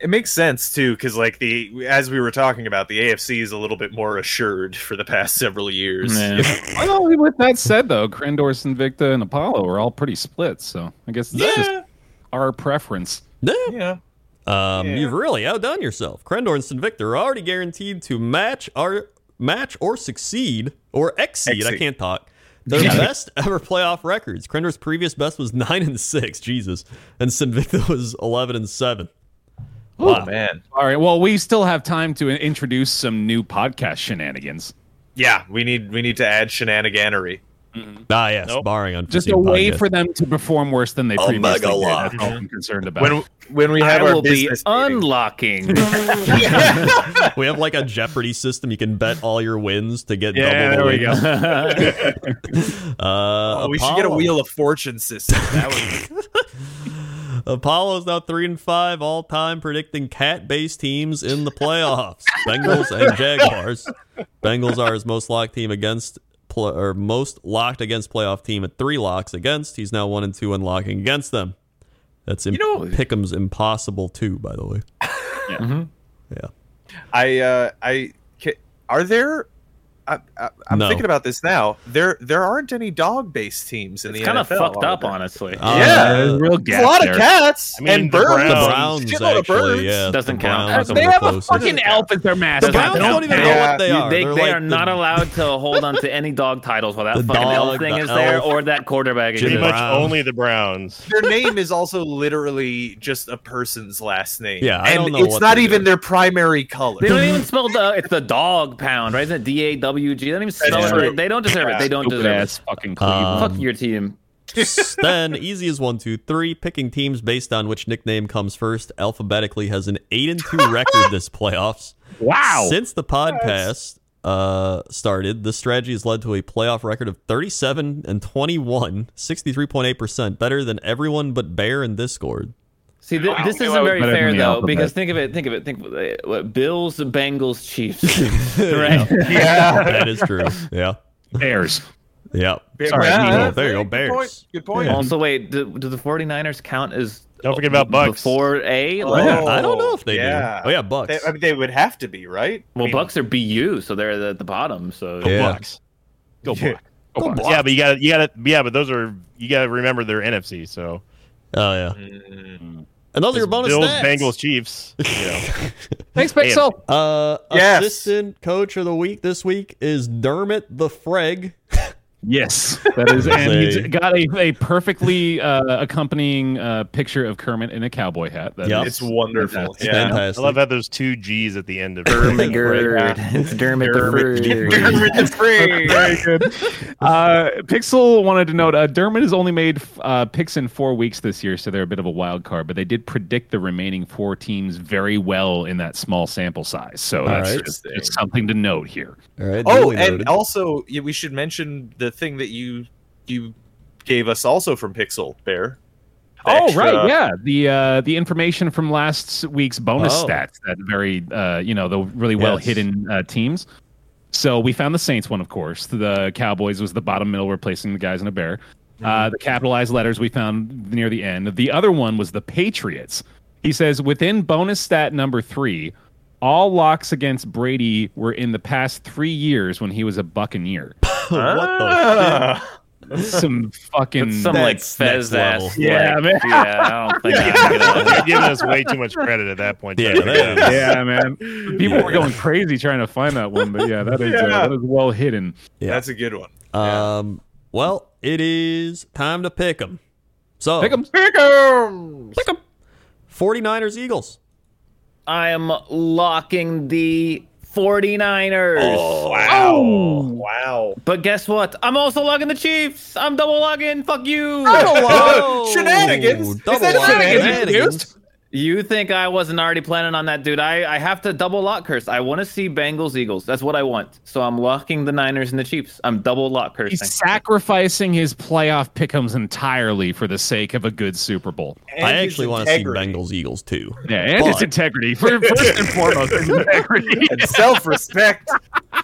it makes sense too, because like the as we were talking about, the AFC is a little bit more assured for the past several years.
Yeah.
well, with that said, though, Crandor, Invicta, and Apollo were all pretty split, so I guess it's just our preference.
Yeah.
Yeah.
Um,
Yeah.
You've really outdone yourself. Krendor and Sinvicta are already guaranteed to match our match or succeed or exceed. I
Exceed.
can't talk Their best ever playoff records. Crender's previous best was nine and six. Jesus, and Sinvicta was eleven and seven.
Oh man.
All right. Well, we still have time to in- introduce some new podcast shenanigans.
Yeah, we need we need to add shenaniganery.
Ah, yes,
Nope.
barring on
Just a way for them to perform worse than they previously did.
Megalot.
That's all I'm concerned about.
When when we
I
have our
will be
business meeting.
unlocking.
we have like a Jeopardy system. You can bet all your wins to get
Yeah,
double.
there
the
we go.
wins.
Oh,
Uh,
we should get a
Apollo.
wheel of fortune system. That would
Apollo's now three and five all time, predicting cat-based teams in the playoffs. Bengals and Jaguars. Bengals are his most locked team against, pl- or most locked against playoff team at three locks against. He's now one and two in locking against them. That's Im- Pickham's impossible too, by the way.
I uh, I ca- are there. I, I, I'm
No.
thinking about this now. There there aren't any dog based teams in
it's
the
kind of
NFL.
fucked
are
up,
there?
honestly.
Uh,
Yeah.
There's real gap
It's a lot
there.
of cats
I mean,
and
the
birds.
The
Browns.
Browns
Shitload
actually,
of birds.
yeah.
Doesn't
the
count.
Browns
They
were
have
a
closest.
fucking elf
as their
The
mascot.
Browns don't even know
Yeah.
what they
You-
are.
They,
They're
they
like
are
the-
not allowed to hold on to any dog titles while that
The
fucking
dog,
elf thing
the
is there
elf.
or that quarterback
Pretty
Jimmy
exists.
much
Browns.
only the Browns.
Their name is also literally just a person's last name.
Yeah, I
and
don't know
it's
what
not
they
even
do.
their primary color.
They don't even spell the. It's the dog pound, right? Isn't it D A W G? They don't even spell it
true.
right. They don't deserve it. They don't
Stupid
deserve
ass fucking
it.
Cleveland.
Um,
Fuck your team.
then easy as one, two, three. Picking teams based on which nickname comes first alphabetically has an eight and two record this playoffs.
Uh, wow.
Since the podcast uh, started, this strategy has led to a playoff record of 37 and 21, 63.8%, better than everyone but Bear and Discord.
See, th- this
knew I
isn't
was
very
better
fair
than the
though,
alphabet.
because think of it. Think of it. Think of it. uh, what, Bills, Bengals, Chiefs. right.
yeah.
That is true. Yeah.
Bears.
Yeah.
Sorry,
Yeah,
Eagles.
Oh, there you go,
good
Bears.
point, Good point.
Also, wait. Do, do the 49ers count as?
Don't forget about Bucks.
Before A,
Oh,
Like,
yeah.
I don't know if they
yeah.
do. Oh, yeah, Bucks.
They, I mean, they would have to be right. I
well,
mean,
Bucks are BU, so they're at the bottom. So
Yeah.
Bucks.
Go
Yeah.
Bucks. Go Bucks.
Yeah, but you got to you got to yeah, but those are you got to remember they're NFC. So
oh, yeah. And those are your bonus
Bills,
stats.
Bengels, Chiefs. You know.
Thanks,
Pixel.
Uh,
Yes.
Assistant coach of the week this week is Dermot the Freg.
Yes, that is. And
Say.
you got a, a perfectly uh, accompanying uh, picture of Kermit in a cowboy hat. That
Yep.
is-
It's wonderful.
That's
Yeah.
I
Fantastic.
love how there's two G's at the end of it.
Dermot, it's Dermot,
Dermot
the Frog.
Very good. Uh, Pixel wanted to note uh, Dermot has only made uh, picks in four weeks this year, so they're a bit of a wild card. But they did predict the remaining four teams very well in that small sample size, so that's
right.
just, it's something to note here.
All right,
Oh,
duly
and
noted.
also yeah, we should mention the thing that you you gave us also from Pixel Bear. The
oh
extra-
right, yeah. The uh, the information from last week's bonus
Oh.
stats that very uh, you know the really well hidden uh, teams. So we found the Saints one, of course. The Cowboys was the bottom middle, replacing the guys in a bear.
Mm-hmm.
Uh, the capitalized letters we found near the end. The other one was the Patriots. He says within bonus stat number three, all locks against Brady were in the past three years when he was a Buccaneer.
what the shit?
Ah.
Some fucking
That's some like
That's next
fez ass.
level.
Yeah,
like,
man.
yeah, I don't think I'm gonna-
You're giving us way too much credit at that point.
Yeah,
Tony.
that is-
yeah, man. People were going crazy trying to find that one, but yeah, that is
Yeah.
uh, that is well hidden.
Yeah.
That's a good one.
Um, well, it is time to pick them. So,
Pick 'em.
49ers Eagles.
I am locking the 49ers.
Wow. Wow.
But guess what? I'm also locking the Chiefs. I'm double locking. Fuck you.
Oh!
Whoa. Oh, Shenanigans? Is
Oh, Double
that
lock
shenanigans
shenanigans.
You think I wasn't already planning on that, dude? I, I have to double lock curse. I want to see Bengals Eagles. That's what I want. So I'm locking the Niners and the Chiefs. I'm double lock cursing.
He's sacrificing his playoff pickums entirely for the sake of a good Super Bowl.
I
And his
actually want to see
integrity.
Bengals Eagles too.
Yeah, and his
But-
integrity. For, first and foremost, his integrity.
And self-respect.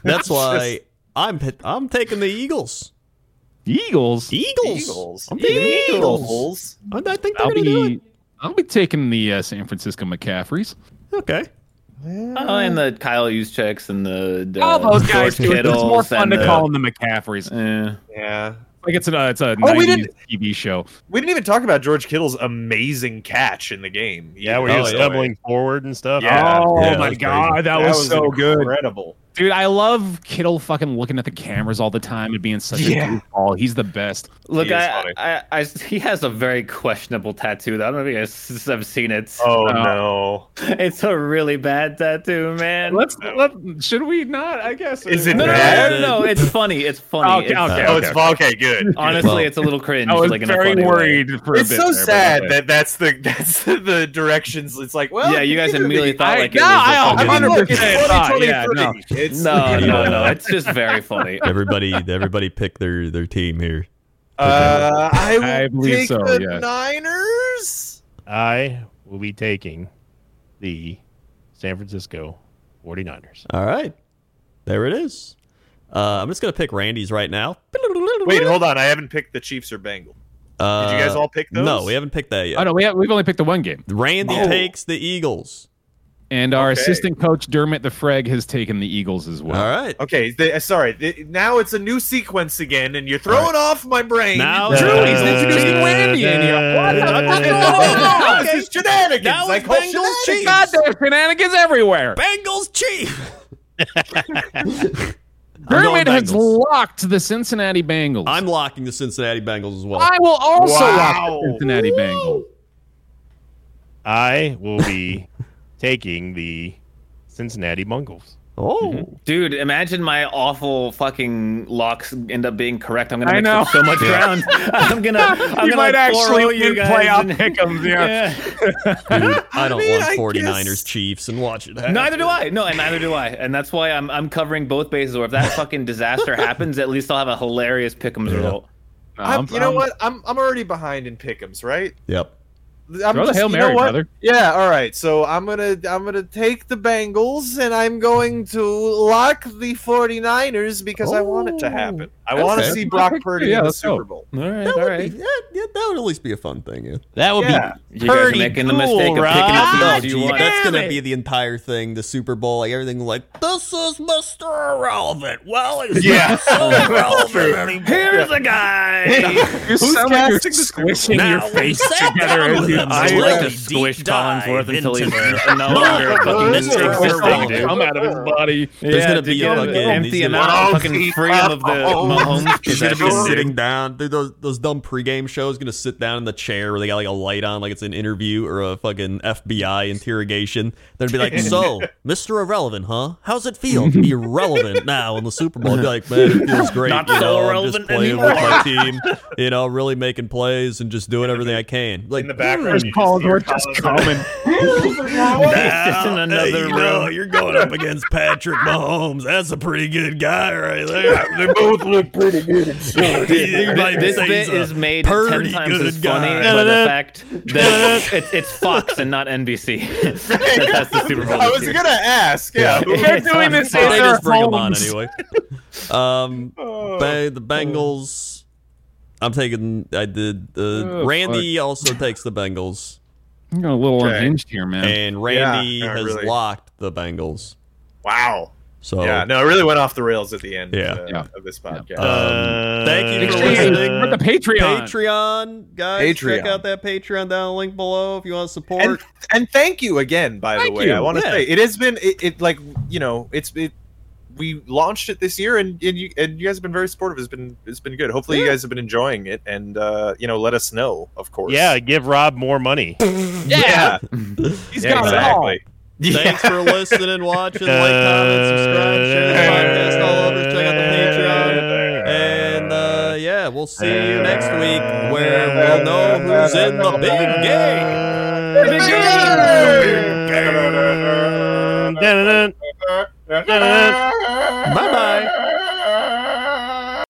That's why I'm pi- I'm taking the Eagles.
Eagles.
Eagles.
Eagles.
I'm taking the Eagles.
Eagles.
I I think they're
I'll
going to do it.
be I'll be taking the uh, San Francisco McCaffreys.
Okay.
oh, and the Kyle Uzcheks and the uh,
All those
George
guys do it. It's more
Kittles
fun
and
to
the-
call them the McCaffreys.
Eh.
Yeah.
Like it's a it's a
Oh, we
90s
didn't-
TV show.
We didn't even talk about George Kittle's amazing catch in the game.
Yeah, where
Oh,
you're
yeah.
stumbling forward and stuff.
Yeah.
oh
Yeah, that
my
was
god, that,
That
was,
was
so good.
incredible.
Dude, I love Kittle fucking looking at the cameras all the time and being such a goofball. He's the best.
Look,
He is
I,
funny.
I, I, he has a very questionable tattoo. That I don't know if you guys have seen it.
Oh no!
It's a really bad tattoo, man.
Let's let, should we not? I guess
Is it
no, no,
bad?
no, no, no, It's funny. It's funny.
Okay,
It's-
okay,
oh, it's okay. Good.
Honestly,
Well,
it's a little cringe.
I was
like in a
very
funny way.
worried for a
It's
bit
so
there, but
sad
okay.
that that's the that's the directions. It's like, well,
yeah, you guys
can do
immediately
it.
thought
I-
like
no, I-
it was a
I mean,
fucking-
look, it's
100% thought,
2023.
yeah, no.
It's
no, no, no. It's just very funny.
Everybody, everybody, pick their their team here.
Uh, I, will
I believe
take
so,
The
yes.
Niners.
I will be taking the San Francisco 49ers.
All right, there it is. Uh, I'm just gonna pick Randy's right now.
Wait, hold on. I haven't picked the Chiefs or Bengals.
Uh,
Did you guys all pick those?
No, we haven't picked that yet.
Oh no, we have, we've only picked the one game,
Randy
Oh.
takes the Eagles.
and our
Okay.
assistant coach Dermot the Freg has taken the Eagles as well.
All right.
Okay, they, uh, sorry. th- now it's a new sequence again, and you're throwing off my brain.
Now-
Oh, Drew, he's introducing Randy in here. What? the- What's going on?
Oh, this is shenanigans.
Now
I
it's
call shenanigans.
Bengals Chiefs.
God, there's shenanigans everywhere.
Bengals Chief. I'm going
Dermot has
Bengals.
locked the Cincinnati Bengals.
I'm locking the Cincinnati Bengals as well.
I will also
Wow.
lock the Cincinnati Bengals.
I will be taking the Cincinnati Bungles.
oh,
Dude, imagine my awful fucking locks end up being correct. I'm gonna
I
mix
know.
up so much ground. I'm gonna, I'm
You
gonna
might
like,
actually
actually
win
you guys.
playoff
and-
pick'ems, yeah.
dude, I don't
mean, I
want 49ers
guess-
Chiefs and watch it. happen.
Neither do I. No, and neither do I. And that's why I'm I'm covering both bases. Or if that fucking disaster happens, at least I'll have a hilarious pick'em result.
I'm-
I'm-
you know
I'm-
what? I'm I'm already behind in pickems, right?
Yep.
I'm
Throw the
just-
Hail
you know
Mary,
what?
brother.
Yeah, all right. So I'm gonna I'm gonna take the Bengals and I'm going to lock the 49ers because I want
Oh,
it to happen. I want
okay.
to see Brock Purdy in
Yeah,
the
let's go.
Super Bowl.
All right,
That
all
would
right.
be that, yeah, that would at least be a fun thing. Yeah. That would
Yeah.
You guys are
pretty
making the
cool,
mistake of picking
right?
up the Ah, you want.
That's gonna be the entire thing, the Super Bowl, like everything. Like this is Mister Irrelevant. Well, it's
Yeah.
not so relevant anymore.
Here's a guy.
You sound like you're
casting the
squishing your
Now we
face
sat
together.
down
as
with
you
them.
talk.
I
Really
like to
deep
squish
dive
Collinsworth until he's
into
no longer a fucking
Mr.
mystery football
Irrelevant.
dude.
Come out of his body.
There's gonna be
to
a
give
fucking
the empty
these
amount
little-
of fucking freedom of the Mahomes
He's gonna be
possession.
sitting down. Dude, those those dumb pregame shows gonna sit down in the chair where they got like a light on, like it's an interview or a fucking FBI interrogation. They'd be like, "So, Mister Irrelevant, huh? How's it feel to be relevant now in the Super Bowl?" I'd be like, "Man, it feels great.
Not
you
so
know, I'm
relevant
just playing with my team. You know, really making plays and just doing everything I can." Like
In the background,
There's
you
calls.
just hear
We're just coming.
That's just in another
you know,
room.
you're going up against Patrick Mahomes. That's a pretty good guy right there.
They both look pretty good.
You might
This
say
bit
he's a
is made ten
pretty
times
good
as funny
guy.
by the fact that it's, it's Fox and not NBC. That's the Super Bowl.
I
this
was
year.
gonna ask. Yeah.
Yeah.
They're doing this
Well,
in
they
their
just bring them on
homes.
anyway. Um,
Oh,
ba- the Bengals. I'm taking. I did. Uh,
Oh,
Randy also takes the Bengals,
You're a little
Okay.
unhinged here, man.
and Randy
Yeah, yeah,
has
really.
locked the Bengals.
Wow.
So
Yeah. No, it really went off the rails at the end.
Oh. Yeah.
Uh,
Yeah.
Of this podcast.
um, thank you for
Um,
Exchange
listening.
for the Patreon.
Patreon guys, check
Patreon.
out that Patreon down link below if you want to support.
and, and thank you again by
Thank
the way
you,
i want to
yeah.
say it has been it, it like you know it's it we launched it this year and, and you and you guys have been very supportive it's been it's been good hopefully you guys have been enjoying it and uh you know let us know of course
Yeah, give Rob more money.
yeah,
He's
yeah
got
exactly yeah.
Thanks for listening, watching, like, comment, subscribe, share the podcast all over. Check out the Patreon. And uh, yeah, we'll see you next week where we'll know who's in the big game.
it all.
Dun-dun-dun.